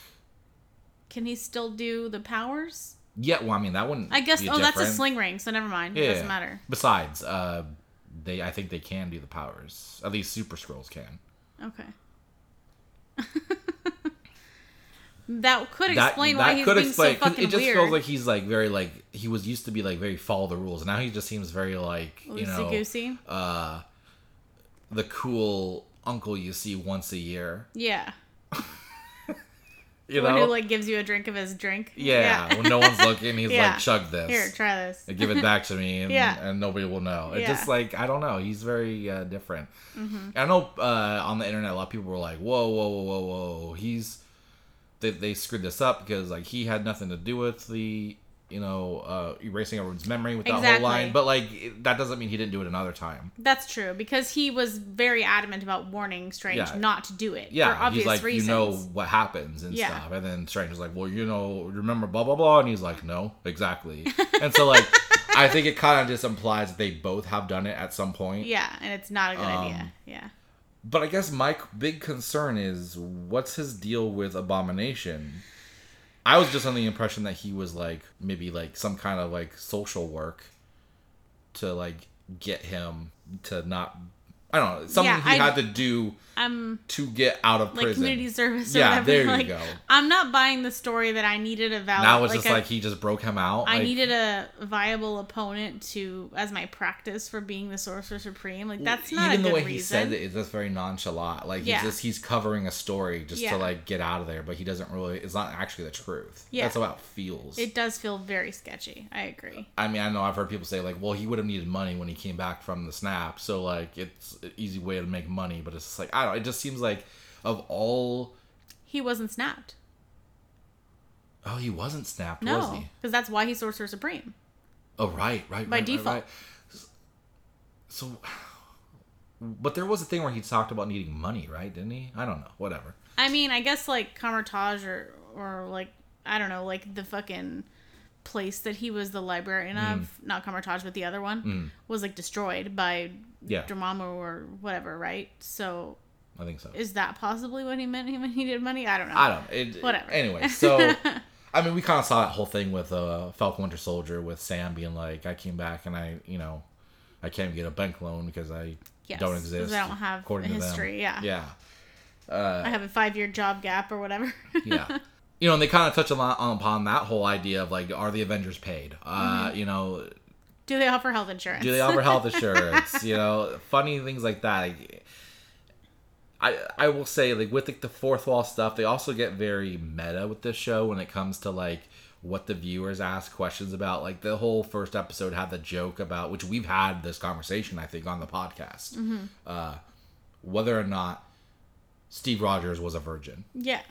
D: can he still do the powers
C: Yeah. Well, I mean that wouldn't.
D: I guess
C: Be
D: oh that's a
C: different.
D: sling ring so never mind it doesn't matter
C: Besides, uh, they I think they can do the powers. At least Super Scrolls can.
D: Okay. (laughs) that could
C: That-
D: explain
C: that
D: why he's
C: could
D: being
C: explain-
D: so
C: 'cause
D: fucking
C: It just
D: weird.
C: feels like he's like very like he was used to be like very follow the rules. Now he just seems very like you know
D: Loosey-goosey.
C: uh, the cool uncle you see once a year.
D: yeah.
C: You
D: The one
C: know?
D: who like gives you a drink of his drink.
C: yeah, when no one's looking, he's
D: Yeah.
C: like, chug this.
D: (laughs) Here, try this.
C: And give it back to me, and,
D: Yeah.
C: and nobody will know. It's
D: Yeah. Mm-hmm.
C: just like, I don't know. He's very uh, different. I know uh, on the internet, a lot of people were like, whoa, whoa, whoa, whoa, whoa. He's. They, they screwed this up because like he had nothing to do with the you know uh erasing everyone's memory with that
D: Exactly.
C: whole line but like it, that doesn't mean he didn't do it another time
D: That's true because he was very adamant about warning Strange
C: Yeah.
D: not to do it for
C: Yeah,
D: obvious
C: he's like,
D: reasons.
C: you know what happens and
D: Yeah.
C: stuff. And then Strange is like, well, you know, remember blah blah blah, and he's like, no, exactly. and so
D: (laughs)
C: like, I think it kind of just implies that they both have done it at some point.
D: Yeah, and it's not a good
C: Um,
D: idea. Yeah.
C: But I guess my c- big concern is what's his deal with Abomination? I was just under the impression that he was like maybe like some kind of like social work to like get him to not. I don't know something
D: Yeah,
C: he
D: I-
C: had to do
D: I'm
C: to get out of
D: like
C: prison.
D: community service. Or
C: Yeah,
D: whatever.
C: there you
D: like,
C: go.
D: I'm not buying the story that I needed a valid.
C: now it's just
D: a-
C: like he just broke him out.
D: I
C: like,
D: needed a viable opponent to as my practice for being the sorcerer supreme. Like that's not
C: even
D: a good
C: the way
D: reason.
C: he said it. It's just very nonchalant. Like
D: Yeah.
C: he's just he's covering a story just
D: Yeah.
C: to like get out of there, but he doesn't really. It's not actually the truth.
D: Yeah.
C: that's how it feels.
D: It does feel very sketchy. I agree.
C: I mean, I know I've heard people say like, well, he would have needed money when he came back from the snap, so like it's an easy way to make money. But it's just like I don't. know. It just seems like of all.
D: He wasn't snapped.
C: Oh, he wasn't snapped, was
D: No,
C: he?
D: because that's why he's sorcerer supreme.
C: Oh, right, right,
D: By
C: right,
D: default.
C: Right, right. So, but there was a thing where he talked about needing money, right? Didn't he? I don't know. Whatever.
D: I mean, I guess like Kamertage or or like I don't know, like the fucking place that he was the librarian
C: Mm.
D: of, not Kamertage, but the other one was like destroyed by
C: Yeah.
D: Dormammu or whatever, right? So
C: I think so.
D: is that possibly what he meant when he needed money? I don't know.
C: I don't. It,
D: Whatever. (laughs)
C: Anyway, so I mean, we kind of saw that whole thing with uh, Falcon Winter Soldier with Sam being like, "I came back and I, you know, I can't get a bank loan because I
D: Yes,
C: don't
D: 'cause
C: exist.
D: I don't have
C: according to them."
D: history, yeah.
C: Yeah.
D: I have a five year job gap or whatever. (laughs)
C: yeah you know and they kind of touch a lot upon that whole idea of like are the avengers paid uh
D: Mm-hmm.
C: you know
D: Do they offer health insurance?
C: do they offer health insurance you know funny things like that Like, i i will say like with like the fourth wall stuff they also get very meta with this show when it comes to like what the viewers ask questions about like the whole first episode had the joke about which we've had this conversation i think on the podcast
D: Mm-hmm.
C: uh whether or not steve rogers was a virgin
D: Yeah. (laughs)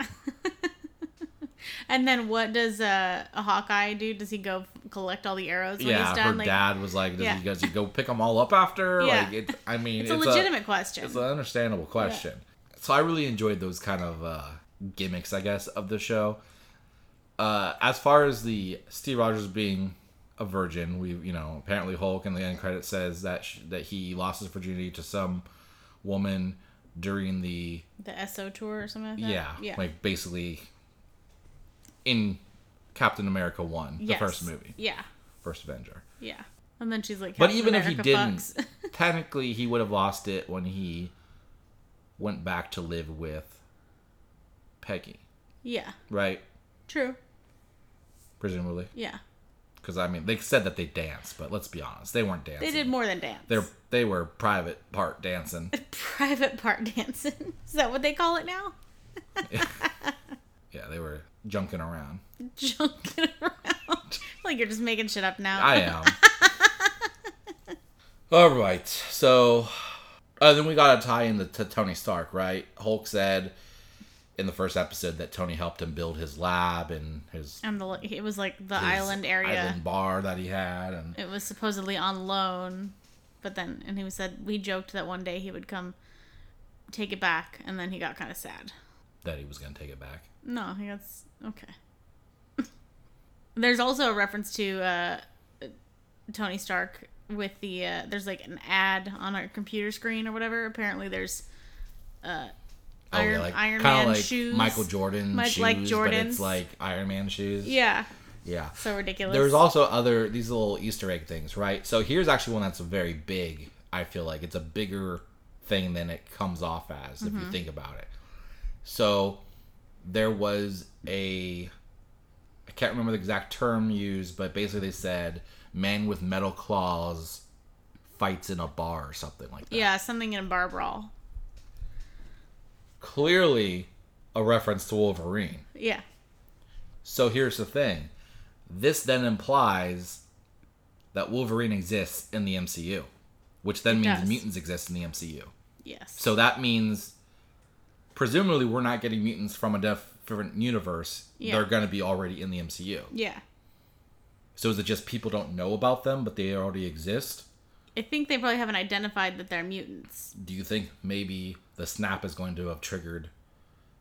D: and then what does uh, a Hawkeye do? Does he go f- collect all the arrows when
C: yeah,
D: he's done?
C: her
D: Like,
C: dad was like, "Does
D: Yeah.
C: he, does he go pick them all up after?"
D: Yeah.
C: Like, it, I mean,
D: it's, a legitimate question.
C: it's an understandable question. So I really enjoyed those kind of uh, gimmicks, I guess, of the show. Uh, as far as the Steve Rogers being a virgin, we you know apparently Hulk in the end credit says that sh- that he lost his virginity to some woman during the
D: the SO tour or something like that?
C: yeah,
D: Yeah.
C: like basically in Captain America one,
D: Yes.
C: the first movie,
D: Yeah.
C: first Avenger.
D: Yeah. And then she's like,
C: But
D: Captain
C: even if he
D: America
C: didn't,
D: fucks. (laughs)
C: technically he would have lost it when he went back to live with Peggy,
D: yeah.
C: right?
D: True.
C: presumably.
D: Yeah.
C: Because I mean, they said that they danced, but let's be honest, they weren't dancing.
D: They did more than dance.
C: They're they were private part dancing.
D: (laughs) private part (laughs) dancing. Is that what they call it now? (laughs)
C: yeah, they were junking around.
D: Junking around. (laughs) like you're just making shit up now.
C: I
D: (laughs)
C: am. All right. So, uh, then we got to tie into to Tony Stark, right? Hulk said in the first episode that Tony helped him build his lab and his,
D: And the it was like the
C: his
D: island area.
C: island bar that he had, and
D: It was supposedly on loan, but then and he said we joked that one day he would come take it back, and then he got kind of sad.
C: that he was going to take it back.
D: No, he got s- okay. (laughs) there's also a reference to uh, Tony Stark with the uh, there's like an ad on our computer screen or whatever. Apparently, there's Iron- Iron
C: kinda
D: Man
C: Oh, like
D: shoes.
C: Michael Jordan
D: Mike-
C: shoes,
D: like
C: but it's
D: Jordans.
C: like Iron Man shoes.
D: yeah,
C: yeah.
D: so ridiculous.
C: There's also other these little Easter egg things, right? So here's actually one that's very big. I feel like it's a bigger thing than it comes off as if
D: Mm-hmm.
C: you think about it. So there was a I can't remember the exact term used, but basically they said man with metal claws fights in a bar or something like that.
D: yeah something in a bar brawl.
C: Clearly a reference to Wolverine.
D: Yeah,
C: So here's the thing. This then implies that Wolverine exists in the MCU, which then means
D: does.
C: mutants exist in the MCU.
D: yes.
C: So that means presumably we're not getting mutants from a def- different universe.
D: Yeah.
C: They're going to be already in the MCU.
D: yeah,
C: So is it just people don't know about them, but they already exist?
D: I think they probably haven't identified that they're mutants.
C: Do you think maybe the snap is going to have triggered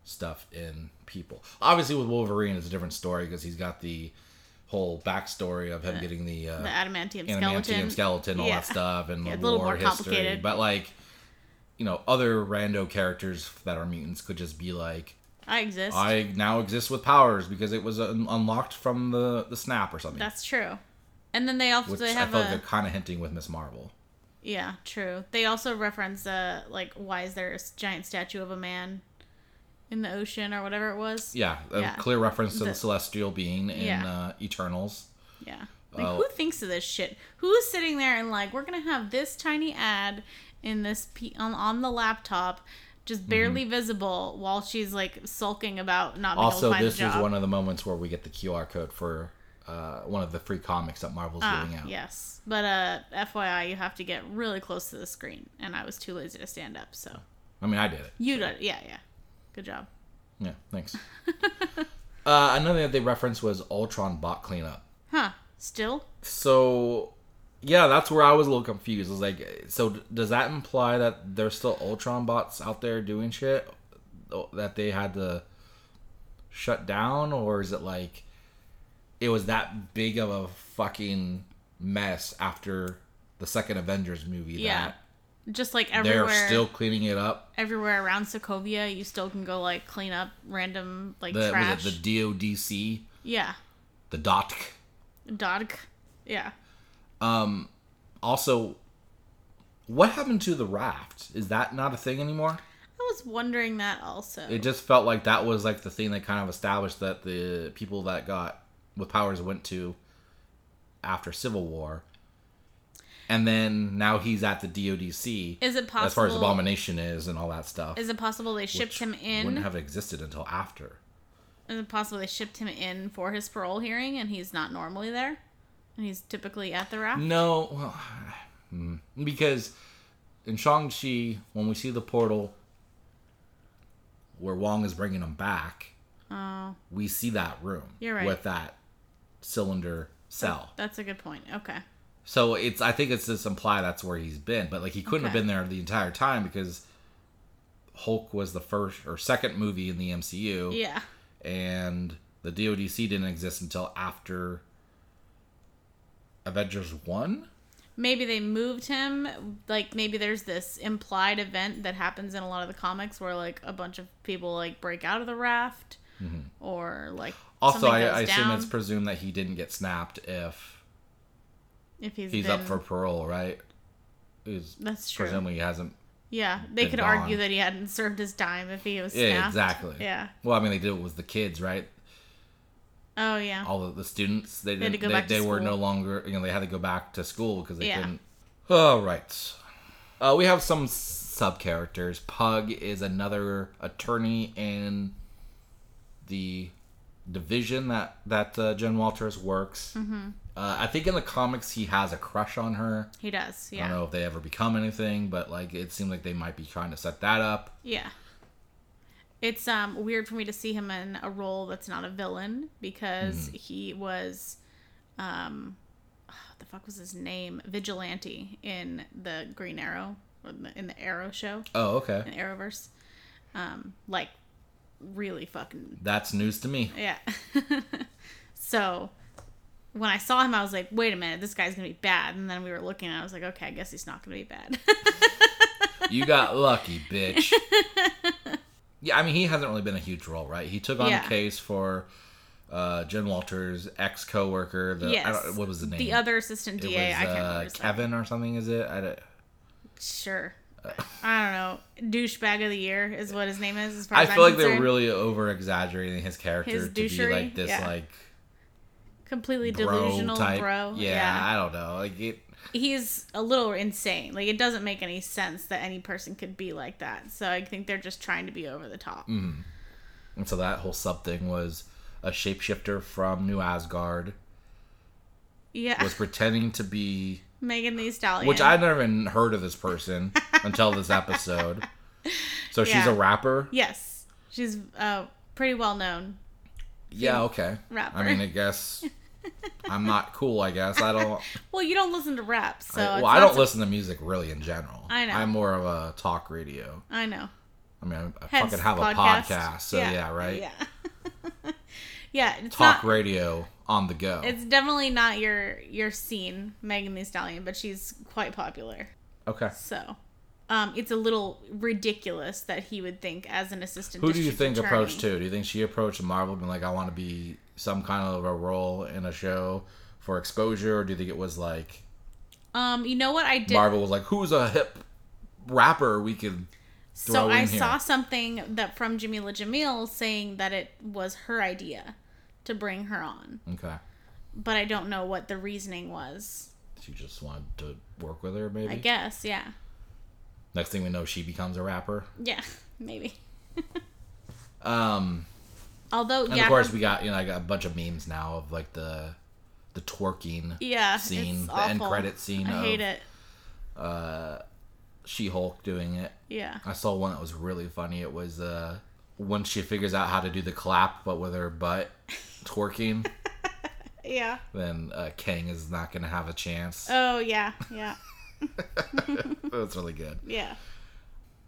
C: stuff in people? Obviously, with Wolverine, it's a different story because he's got the whole backstory of him getting the uh,
D: The adamantium skeleton.
C: animantium skeleton, all
D: Yeah.
C: that stuff, and
D: (laughs) Yeah,
C: the
D: it's a little
C: war
D: more
C: history.
D: complicated.
C: But like, you know, other rando characters that are mutants could just be like,
D: I exist.
C: I now exist with powers because it was un- unlocked from the the snap or something.
D: That's true. And then they also
C: which
D: they
C: I
D: have
C: feel like
D: a
C: they're kind of hinting with Miss Marvel.
D: yeah, true. They also reference uh like why is there a s- giant statue of a man in the ocean or whatever it was?
C: Yeah, a
D: Yeah.
C: clear reference to the,
D: The-
C: celestial being in
D: Yeah.
C: uh, Eternals.
D: Yeah. Like
C: Oh.
D: who thinks of this shit? Who's sitting there and like we're going to have this tiny ad in this p- on, on the laptop
C: Mm-hmm.
D: just barely visible while she's like sulking about not being
C: Also,
D: able to find
C: this
D: a job.
C: is one of the moments where we get the QR code for uh, one of the free comics that Marvel's
D: Ah,
C: giving out.
D: yes. But uh FYI, you have to get really close to the screen and I was too lazy to stand up, so
C: I mean, I did it.
D: you did yeah, yeah. Good job.
C: Yeah,
D: (laughs)
C: thanks. uh, another thing that they referenced was Ultron bot cleanup.
D: Huh. Still?
C: So, yeah, that's where I was a little confused. I was like, so d- does that imply that there's still Ultron bots out there doing shit that they had to shut down? Or is it like it was that big of a fucking mess after the second Avengers movie
D: Yeah. Just like
C: that they're
D: everywhere
C: still cleaning it up?
D: everywhere around Sokovia, you still can go like clean up random like
C: The,
D: trash.
C: was it the DODC?
D: yeah.
C: The DOTC?
D: Dog. Yeah.
C: Also, what happened to the raft? Is that not a thing anymore?
D: I was wondering that also.
C: It just felt like that was like the thing that kind of established that the people that got with powers went to after Civil War. And then now he's at the DODC.
D: Is it
C: As far as
D: possible-
C: Abomination is and all that stuff.
D: Is it possible they shipped
C: which
D: him in?
C: Wouldn't have existed until after.
D: Is it possible they shipped him in for his parole hearing and he's not normally there? And he's typically at the raft?
C: No, well, (sighs) hmm, because in Shang-Chi, when we see the portal where Wong is bringing him back,
D: Oh,
C: we see that room
D: You're right.
C: with that cylinder cell.
D: that's a good point. Okay.
C: So it's I think it's just imply that's where he's been, but like he couldn't have
D: Okay.
C: been there the entire time because Hulk was the first or second movie in the MCU,
D: Yeah.
C: and the DODC didn't exist until after Avengers One.
D: Maybe they moved him. Like maybe there's this implied event that happens in a lot of the comics where like a bunch of people like break out of the raft or like
C: Mm-hmm. Also,
D: something
C: I,
D: goes
C: I assume
D: down
C: it's presumed that he didn't get snapped if
D: if he's,
C: he's up
D: been-
C: for parole, right? Is
D: That's true.
C: presumably he hasn't.
D: Yeah, they
C: been
D: could
C: gone.
D: argue that he hadn't served his time if he was
C: Yeah,
D: snapped.
C: exactly.
D: Yeah.
C: Well, I mean, they did it with the kids, right?
D: Oh yeah.
C: all of the students they
D: had
C: didn't,
D: to go
C: they,
D: back to
C: they were no
D: school.
C: longer you know they had to go back to school because they
D: Yeah.
C: couldn't all right uh, we have some sub characters pug is another attorney in the division that that uh, jen walters works
D: Mm-hmm.
C: uh, i think in the comics he has a crush on her
D: He does.
C: i don't
D: Yeah.
C: know if they ever become anything but like it seemed like they might be trying to set that up
D: Yeah. It's um weird for me to see him in a role that's not a villain because
C: Mm-hmm.
D: he was um (sighs) what the fuck was his name? Vigilante in the Green Arrow or in the, in the Arrow show,
C: oh okay
D: in Arrowverse. Um like really fucking
C: that's news to me
D: yeah. (laughs) so when I saw him I was like, "Wait a minute, this guy's going to be bad." And then we were looking and I was like, "Okay, I guess he's not going to be bad." (laughs)
C: You got lucky, bitch. yeah, I mean, he hasn't really been a huge role, right? He took on
D: Yeah.
C: a case for uh, Jen Walters' ex coworker. The I
D: yes.
C: don't, what was the name?
D: The other assistant
C: It
D: DA,
C: was,
D: I can't
C: uh,
D: remember. his name.
C: Kevin or something. Is it? I don't,
D: Sure. I don't know. Douchebag of the year is what his name is. As far
C: I
D: as
C: feel
D: I'm
C: like
D: concerned.
C: they're really over exaggerating his character
D: His
C: to be
D: douchery?
C: like this,
D: Yeah.
C: like
D: completely
C: bro
D: delusional
C: type.
D: bro.
C: Yeah, I don't know. Like it.
D: he's a little insane. Like it doesn't make any sense that any person could be like that. So I think they're just trying to be over the top.
C: Mm-hmm. And so that whole sub thing was a shapeshifter from New Asgard
D: Yeah,
C: was pretending to be
D: (laughs) Megan Thee Stallion.
C: which I never even heard of this
D: (laughs)
C: person until this episode. So she's
D: Yeah.
C: a rapper.
D: yes, she's uh pretty well known.
C: Yeah, okay.
D: Rapper.
C: I mean, I
D: (laughs)
C: guess I'm not cool. I guess I don't.
D: Well, you don't listen to rap, so
C: I,
D: it's
C: well, I
D: not
C: don't
D: sur-
C: listen to music really in general.
D: I know.
C: I'm more of a talk radio.
D: I know.
C: I mean, I, I
D: Hence
C: fucking have
D: podcast.
C: a podcast. So yeah, right.
D: Yeah. yeah. (laughs) It's
C: Talk
D: not,
C: radio on the go.
D: It's definitely not your your scene, Megan Thee Stallion, but she's quite popular.
C: Okay.
D: So, um, it's a little ridiculous that he would think as an assistant.
C: Who do you think
D: district attorney-
C: approached too? Do you think she approached Marvel and been like, I want to be some kind of a role in a show for exposure, or do you think it was like
D: Um, you know what I did?
C: Marvel was like, "Who's a hip rapper we could
D: so
C: throw
D: I
C: in here.
D: saw something that from Jamila Jamil saying that it was her idea to bring her on,
C: Okay.
D: but I don't know what the reasoning was.
C: She just wanted to work with her, maybe.
D: I guess, yeah,
C: Next thing we know, she becomes a rapper.
D: yeah, (laughs) maybe.
C: Um,
D: Although,
C: and
D: yeah,
C: of course, we got you know I got a bunch of memes now of like the the twerking
D: yeah,
C: scene,
D: it's
C: the end
D: awful.
C: credit scene
D: I
C: of
D: hate it.
C: She Hulk doing it.
D: Yeah.
C: I saw one that was really funny. It was uh when she figures out how to do the clap, but with her butt
D: (laughs)
C: twerking,
D: Yeah.
C: then uh, Kang is not gonna have a chance.
D: Oh yeah, yeah,
C: That's really good.
D: yeah.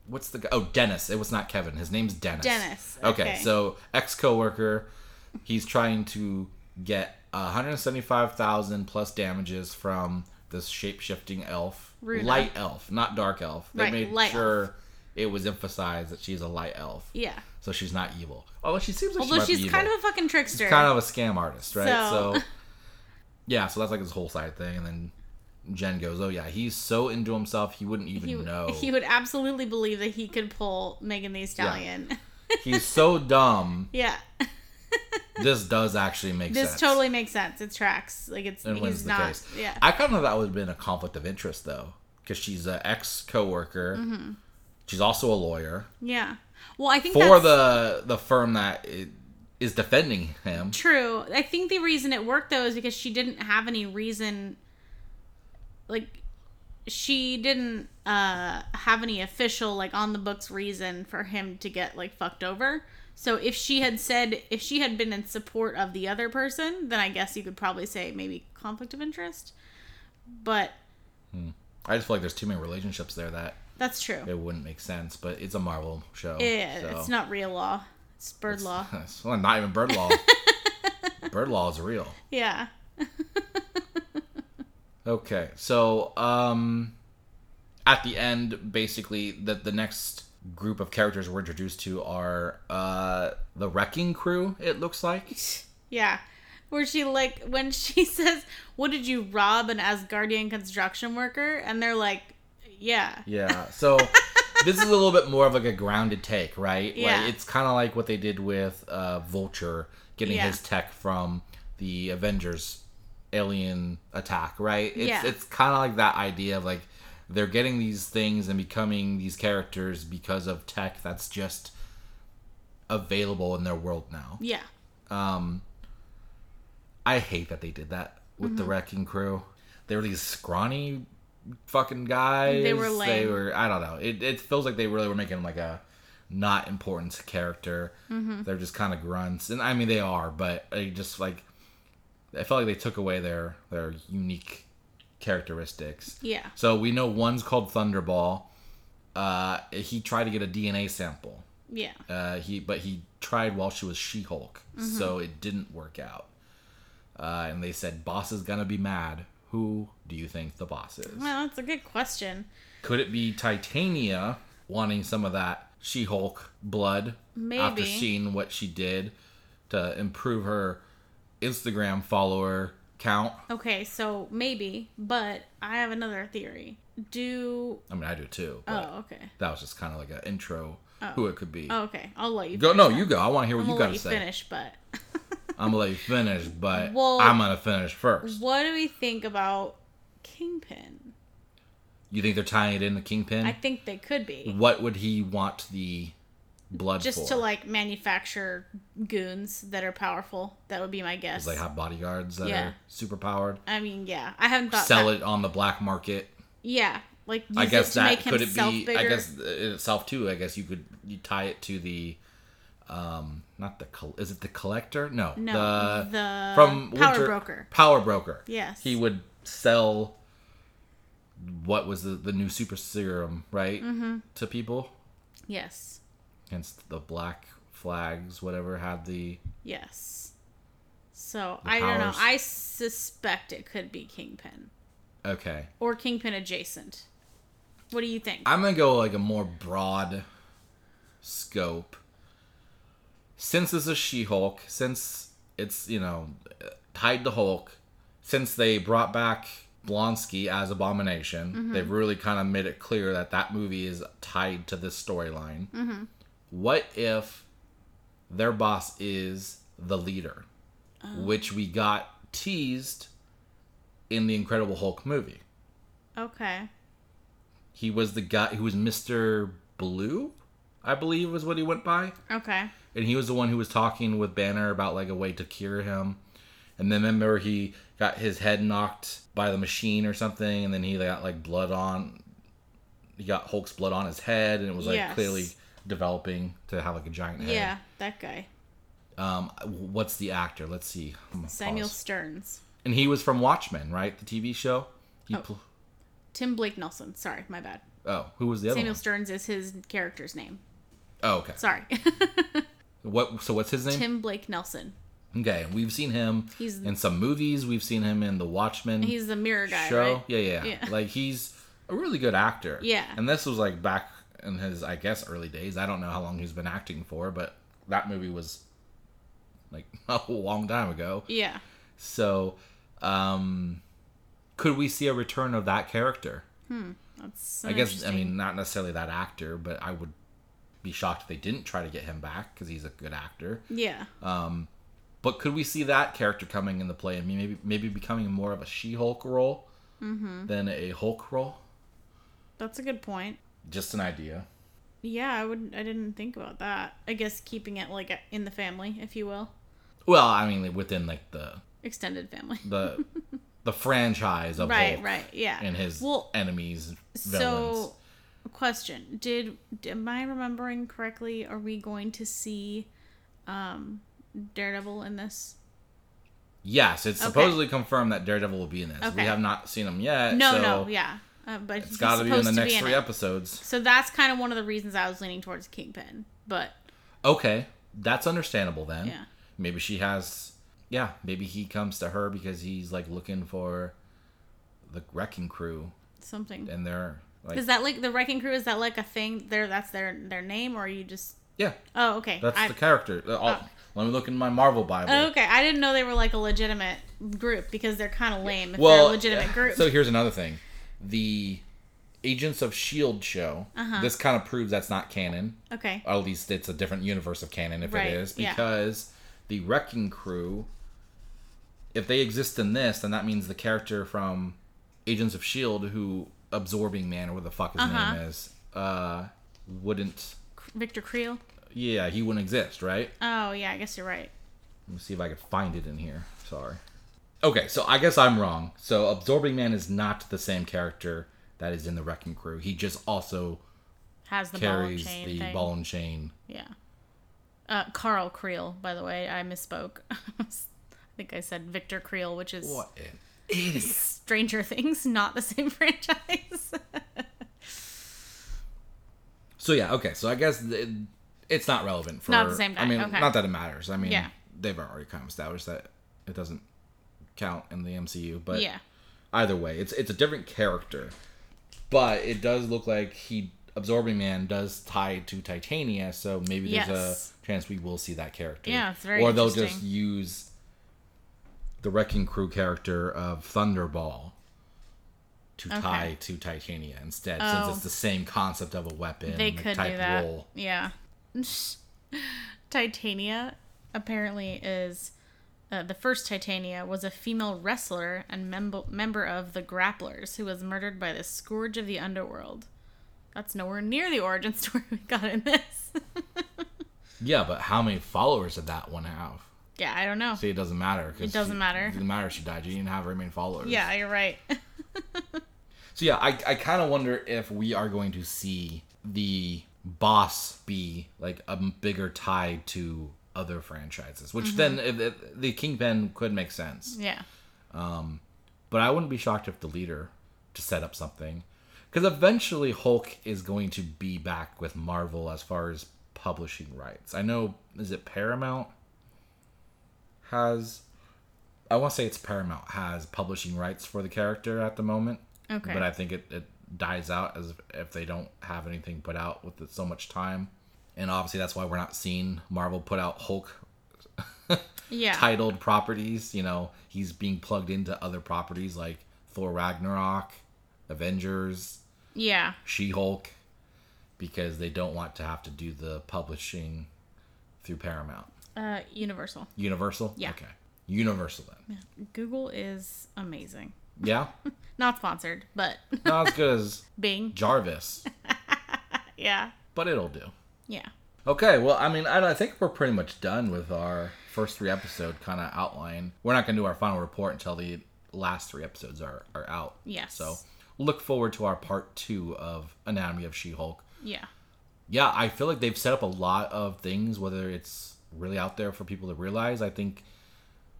C: what's the guy? Oh, Dennis. It was not Kevin. His name's Dennis.
D: Dennis,
C: Okay,
D: okay.
C: so ex coworker, he's trying to get 175,000 plus damages from this shape shifting elf,
D: Runa.
C: light elf, not dark elf. They
D: Right,
C: made
D: light
C: sure it was emphasized that she's a light elf.
D: Yeah.
C: So she's not evil. Although she seems like she
D: Although
C: might
D: she's
C: be evil.
D: kind of a fucking trickster.
C: kind of a scam artist, right?
D: So- (laughs)
C: So, yeah, so that's like his whole side thing, and then. Jen goes, oh yeah, he's so into himself he wouldn't even
D: he,
C: know.
D: (laughs) he would absolutely believe that he could pull Megan Thee Stallion. (laughs)
C: he's so dumb
D: Yeah.
C: this does actually make
D: This
C: sense.
D: totally makes sense. It tracks. Like it's
C: and wins
D: he's
C: the
D: not
C: case.
D: yeah.
C: I kind of thought that would have been a conflict of interest though, because she's an ex coworker. She's also a lawyer
D: yeah. Well, Mm-hmm. I think
C: for
D: that's
C: the the firm that i- is defending him.
D: true. I think the reason it worked though is because she didn't have any reason like she didn't uh have any official like on the books reason for him to get like fucked over. So if she had said if she had been in support of the other person, then I guess you could probably say maybe conflict of interest. But
C: I just feel like there's too many relationships there that
D: that's true.
C: it wouldn't make sense. But it's a Marvel show.
D: Yeah,
C: so-
D: it's not real law. It's
C: (laughs)
D: bird law.
C: It's not even bird
D: (laughs)
C: law. bird law is real.
D: Yeah.
C: Okay, so um, at the end, basically, the the next group of characters we're introduced to are uh the wrecking crew. It looks like
D: Yeah. Where she like when she (laughs) says, "What did you rob an Asgardian construction worker?" and they're like, "Yeah."
C: yeah. So this is a little bit more of like a grounded take, right?
D: Yeah.
C: Like, it's kind of like what they did with uh Vulture getting
D: Yeah.
C: his tech from the Avengers alien attack, right? It's
D: Yeah.
C: it's kind of like that idea of like they're getting these things and becoming these characters because of tech that's just available in their world now.
D: Yeah.
C: I hate that they did that with
D: Mm-hmm.
C: the wrecking crew. They were these scrawny fucking guys.
D: They were lame.
C: were- I don't know. It, it feels like they really were making like a not important character.
D: Mm-hmm.
C: They're just kind of grunts, and I mean they are, but I just like I felt like they took away their their unique characteristics.
D: Yeah.
C: So we know one's called Thunderball. Uh, he tried to get a DNA sample.
D: Yeah.
C: Uh, he but he tried while she was She Hulk, so
D: Mm-hmm.
C: it didn't work out. Uh, and they said, "Boss is gonna be mad." Who do you think the boss is?
D: Well, that's a good question.
C: Could it be Titania wanting some of that She Hulk blood after
D: Maybe.
C: seeing what she did to improve her Instagram follower count?
D: Okay, so maybe, but I have another theory. Do
C: I mean, I do too. But
D: oh okay
C: That was just kind of like an intro. Who it could be?
D: oh, okay I'll let you
C: Go,
D: finish
C: no,
D: that.
C: you go. I want to hear what
D: I'm
C: you
D: gonna
C: got
D: let
C: to
D: you
C: say.
D: finish, but
C: I'm gonna let you finish, but
D: Well-
C: I'm gonna finish first.
D: what do we think about Kingpin?
C: You think they're tying it in the kingpin?
D: I think they could be
C: what would he want the blood
D: just
C: for?
D: to like manufacture goons that are powerful. That would be my guess.
C: Does they have bodyguards that
D: Yeah.
C: are super powered?
D: I mean, yeah, I haven't thought
C: Sell
D: that-
C: it on the black market.
D: Yeah, like use
C: I guess
D: it to
C: that
D: make
C: could it
D: himself
C: be.
D: bigger.
C: I guess uh, in itself too. I guess you could you tie it to the, um, not the col- is it the collector? No,
D: no
C: the,
D: the,
C: from
D: power
C: Winter-
D: broker.
C: Power broker.
D: Yes.
C: he would sell. What was the the new super serum right
D: Mm-hmm.
C: to people?
D: Yes,
C: Hence the black flags, whatever had the
D: yes. So
C: The
D: I don't know.
C: powers.
D: I suspect it could be Kingpin.
C: okay.
D: or Kingpin adjacent. What do you think?
C: I'm gonna go like a more broad scope. Since this is She-Hulk, since it's you know tied to Hulk, since they brought back Blonsky as Abomination, they've really kind of made it clear that that movie is tied to this storyline. What if their boss is the leader, which we got teased in the Incredible Hulk movie?
D: okay.
C: He was the guy who was Mr. Blue, I believe was what he went by.
D: Okay.
C: And he was the one who was talking with Banner about like a way to cure him. And then remember he got his head knocked by the machine or something and then he got like blood on he got Hulk's blood on his head and it was like
D: Yes.
C: clearly developing to have like a giant head.
D: Yeah, that guy.
C: Um what's the actor? Let's see. I'm gonna
D: Samuel
C: pause.
D: Stearns.
C: And he was from Watchmen, right? The TV show? He
D: Oh.
C: pl-
D: Tim Blake Nelson. Sorry, my bad.
C: oh, who was the other
D: Samuel
C: one?
D: Stearns is his character's name.
C: Oh, okay.
D: Sorry. (laughs)
C: What so what's his name?
D: Tim Blake Nelson.
C: Okay, we've seen him
D: He's-
C: in some movies. We've seen him in the Watchmen
D: He's the mirror guy,
C: show.
D: right?
C: Yeah, yeah,
D: Yeah.
C: Like he's a really good actor.
D: Yeah.
C: And this was like back in his, I guess, early days. I don't know how long he's been acting for, but that movie was like (laughs) a long time ago.
D: Yeah.
C: So, um, could we see a return of that character?
D: That's
C: I guess I
D: interesting.
C: mean not necessarily that actor, but I would be shocked if they didn't try to get him back because he's a good actor.
D: Yeah.
C: But could we see that character coming into play? I mean, maybe maybe becoming more of a She-Hulk role
D: Mm-hmm.
C: than a Hulk role.
D: That's a good point.
C: Just an idea.
D: Yeah, I would I didn't think about that. I guess keeping it like in the family, if you will.
C: Well, I mean, within like the
D: Extended family. (laughs)
C: the the franchise of
D: Right,
C: Hulk
D: right. Yeah.
C: and his
D: Well,
C: enemies, villains.
D: So, question: Did am I remembering correctly? Are we going to see um, Daredevil in this?
C: Yes, it's
D: Okay.
C: supposedly confirmed that Daredevil will be in this. We
D: Okay.
C: have not seen him yet.
D: No,
C: so
D: no, yeah, uh, but
C: It's
D: he's
C: got to be in
D: supposed
C: the
D: to
C: next
D: in
C: three
D: it.
C: episodes.
D: So that's kind of one of the reasons I was leaning towards Kingpin, but
C: Okay, that's understandable then.
D: Yeah.
C: Maybe she has. Yeah, maybe he comes to her because he's like looking for the wrecking crew
D: something
C: and they're like,
D: is that like the Wrecking Crew? Is that like a thing? There, that's their their name, or are you just
C: yeah,
D: oh okay,
C: that's
D: I,
C: the character. Uh, I'll-
D: Oh.
C: let me look in my Marvel Bible.
D: okay. I didn't know they were like a legitimate group because they're kind of lame if they're a legitimate group.
C: so here's another thing: the Agents of Shield E show.
D: Uh-huh.
C: This kind of proves that's not canon.
D: okay,
C: At least it's a different universe of canon if
D: Right,
C: it is,
D: yeah.
C: because the Wrecking Crew, if they exist in this, then that means the character from Agents of S.H.I.E.L.D. E who Absorbing Man, or what the fuck his
D: Uh-huh.
C: name is, uh, wouldn't.
D: Victor Creel.
C: Yeah, he wouldn't exist, right?
D: Oh yeah, I guess you're right.
C: Let me see if I can find it in here. Sorry. Okay, so I guess I'm wrong. So Absorbing Man is not the same character that is in the Wrecking Crew. He just also
D: Has the ball and
C: carries
D: chain
C: the
D: thing.
C: ball and chain.
D: Yeah. Uh, Carl Creel, by the way, I misspoke. (laughs) I think I said Victor Creel, which is
C: What an idiot!
D: Stranger Things, not the same (laughs) franchise.
C: So yeah, okay. So I guess th- it's not relevant for.
D: Not the same guy,
C: I mean,
D: okay.
C: not that it matters. I mean,
D: Yeah.
C: they've already kind of established that it doesn't count in the MCU. But
D: yeah.
C: either way, it's it's a different character. But it does look like he absorbing man does tie to Titania, so maybe there's
D: Yes.
C: a chance we will see that character.
D: Yeah, it's very
C: Or they'll just
D: interesting.
C: use the Wrecking Crew character of Thunderball to tie to Titania instead,
D: Oh.
C: since it's the same concept of a weapon.
D: They
C: and a
D: could
C: type
D: do that.
C: role.
D: Yeah. (laughs) Titania apparently is uh, the first Titania was a female wrestler and member member of the Grapplers who was murdered by the scourge of the underworld. That's nowhere near the origin (laughs) story we got in this. (laughs)
C: Yeah, but how many followers did that one have?
D: yeah, I don't know.
C: See, it doesn't matter. 'cause
D: It doesn't
C: she-
D: matter.
C: It doesn't matter if she died. She didn't have very many followers.
D: Yeah, you're right. (laughs)
C: So yeah, I, I kind of wonder if we are going to see the boss be like a m- bigger tie to other franchises, which then if, if the Kingpin could make sense.
D: yeah.
C: But I wouldn't be shocked if the leader to set up something, because eventually Hulk is going to be back with Marvel as far as publishing rights. I know is it Paramount has. I want to say it's Paramount has publishing rights for the character at the moment.
D: Okay.
C: But I think it, it dies out as if, if they don't have anything put out with it so much time. And obviously that's why we're not seeing Marvel put out Hulk
D: yeah.
C: titled properties. You know, he's being plugged into other properties like Thor Ragnarok, Avengers,
D: yeah.
C: She Hulk, because they don't want to have to do the publishing through Paramount.
D: Uh, Universal.
C: Universal?
D: Yeah.
C: Okay. Universal then.
D: Google is amazing.
C: Yeah?
D: (laughs) Not sponsored, but (laughs)
C: Not as good as
D: Bing.
C: Jarvis,
D: Yeah.
C: but it'll do.
D: Yeah.
C: Okay, well, I mean, I, I think we're pretty much done with our first three episode kind of outline. We're not going to do our final report until the last three episodes are, are out.
D: Yes.
C: So look forward to our part two of Anatomy of She Hulk.
D: Yeah.
C: Yeah, I feel like they've set up a lot of things, whether it's really out there for people to realize. I think,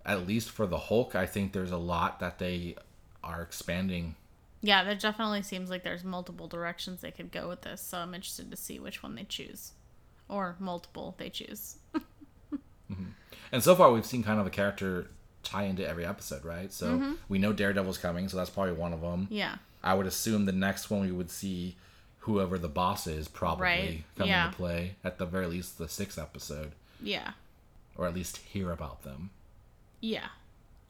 C: at least for the Hulk, I think there's a lot that they are expanding.
D: Yeah, there definitely seems like there's multiple directions they could go with this, so I'm interested to see which one they choose. Or multiple they choose.
C: And so far, we've seen kind of a character tie into every episode, right? So we know Daredevil's coming, so that's probably one of them.
D: Yeah.
C: I would assume the next one we would see whoever the boss is probably
D: Right,
C: come
D: yeah.
C: into play at the very least the sixth episode,
D: Yeah.
C: or at least hear about them.
D: Yeah.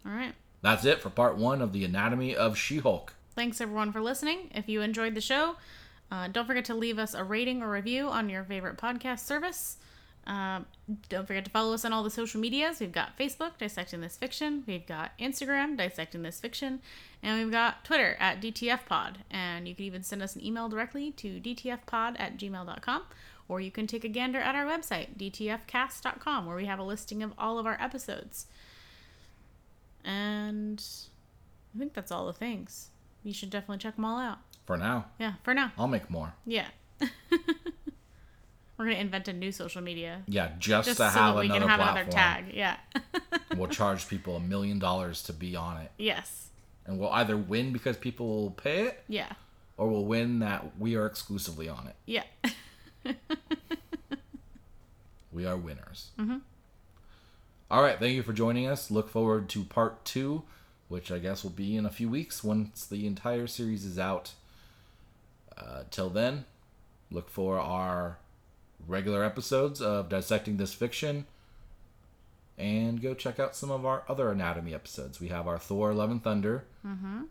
D: All right.
C: That's it for part one of the anatomy of She-Hulk.
D: Thanks everyone for listening. If you enjoyed the show, uh, don't forget to leave us a rating or review on your favorite podcast service. Um, don't forget to follow us on all the social medias. We've got Facebook, Dissecting This Fiction. We've got Instagram, Dissecting This Fiction. And we've got Twitter at DTFpod. And you can even send us an email directly to DTFpod at gmail.com. Or you can take a gander at our website, DTFcast.com, where we have a listing of all of our episodes. And I think that's all the things. You should definitely check them all out.
C: For now,
D: Yeah, for now.
C: I'll make more.
D: Yeah. (laughs) We're going to invent a new social media
C: Yeah, just, to
D: just so
C: have
D: that we
C: another
D: can have
C: platform.
D: another tag. Yeah.
C: (laughs)
D: (laughs)
C: We'll charge people a million dollars to be on it,
D: yes.
C: and we'll either win because people will pay it,
D: Yeah.
C: or we'll win that we are exclusively on it.
D: Yeah. (laughs)
C: We are winners. All right. Thank you for joining us. Look forward to part two, which I guess will be in a few weeks once the entire series is out. Uh, till then, look for our regular episodes of Dissecting This Fiction and go check out some of our other anatomy episodes. We have our Thor Love and Thunder,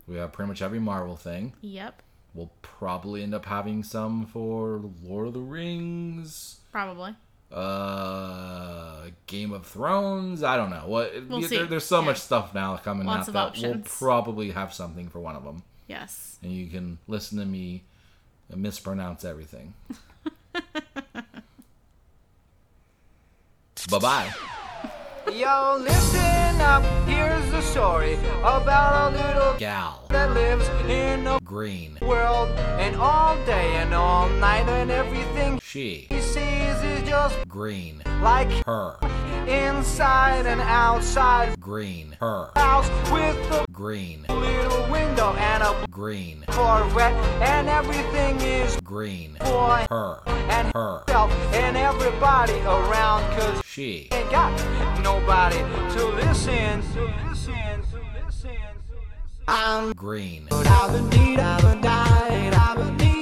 C: we have pretty much every Marvel thing.
D: Yep.
C: We'll probably end up having some for Lord of the Rings
D: Probably.
C: uh Game of Thrones. I don't know. What
D: We'll
C: yeah,
D: see.
C: there- there's so
D: Yeah.
C: much stuff now coming out
D: Lots of
C: that we'll
D: options.
C: probably have something for one of them,
D: Yes.
C: and you can listen to me mispronounce
D: (laughs)
C: everything. bye bye.
A: Yo, listen up. Here's the story about a little
C: Gal
A: that lives in a
C: Green.
A: world, and all day and all night, and everything
C: She
A: he sees is just
C: Green.
A: like
C: Her
A: inside and outside
C: Green. Her
A: house with a
C: Green.
A: little window and a
C: Green.
A: Corvette, and everything is
C: Green.
A: boy
C: Her.
A: and
C: Her.
A: herself and everybody around, cause
C: She
A: ain't got nobody to listen. To listen, to listen, to listen. I'm
C: Green.
A: I've been need, I've been died, I've been need.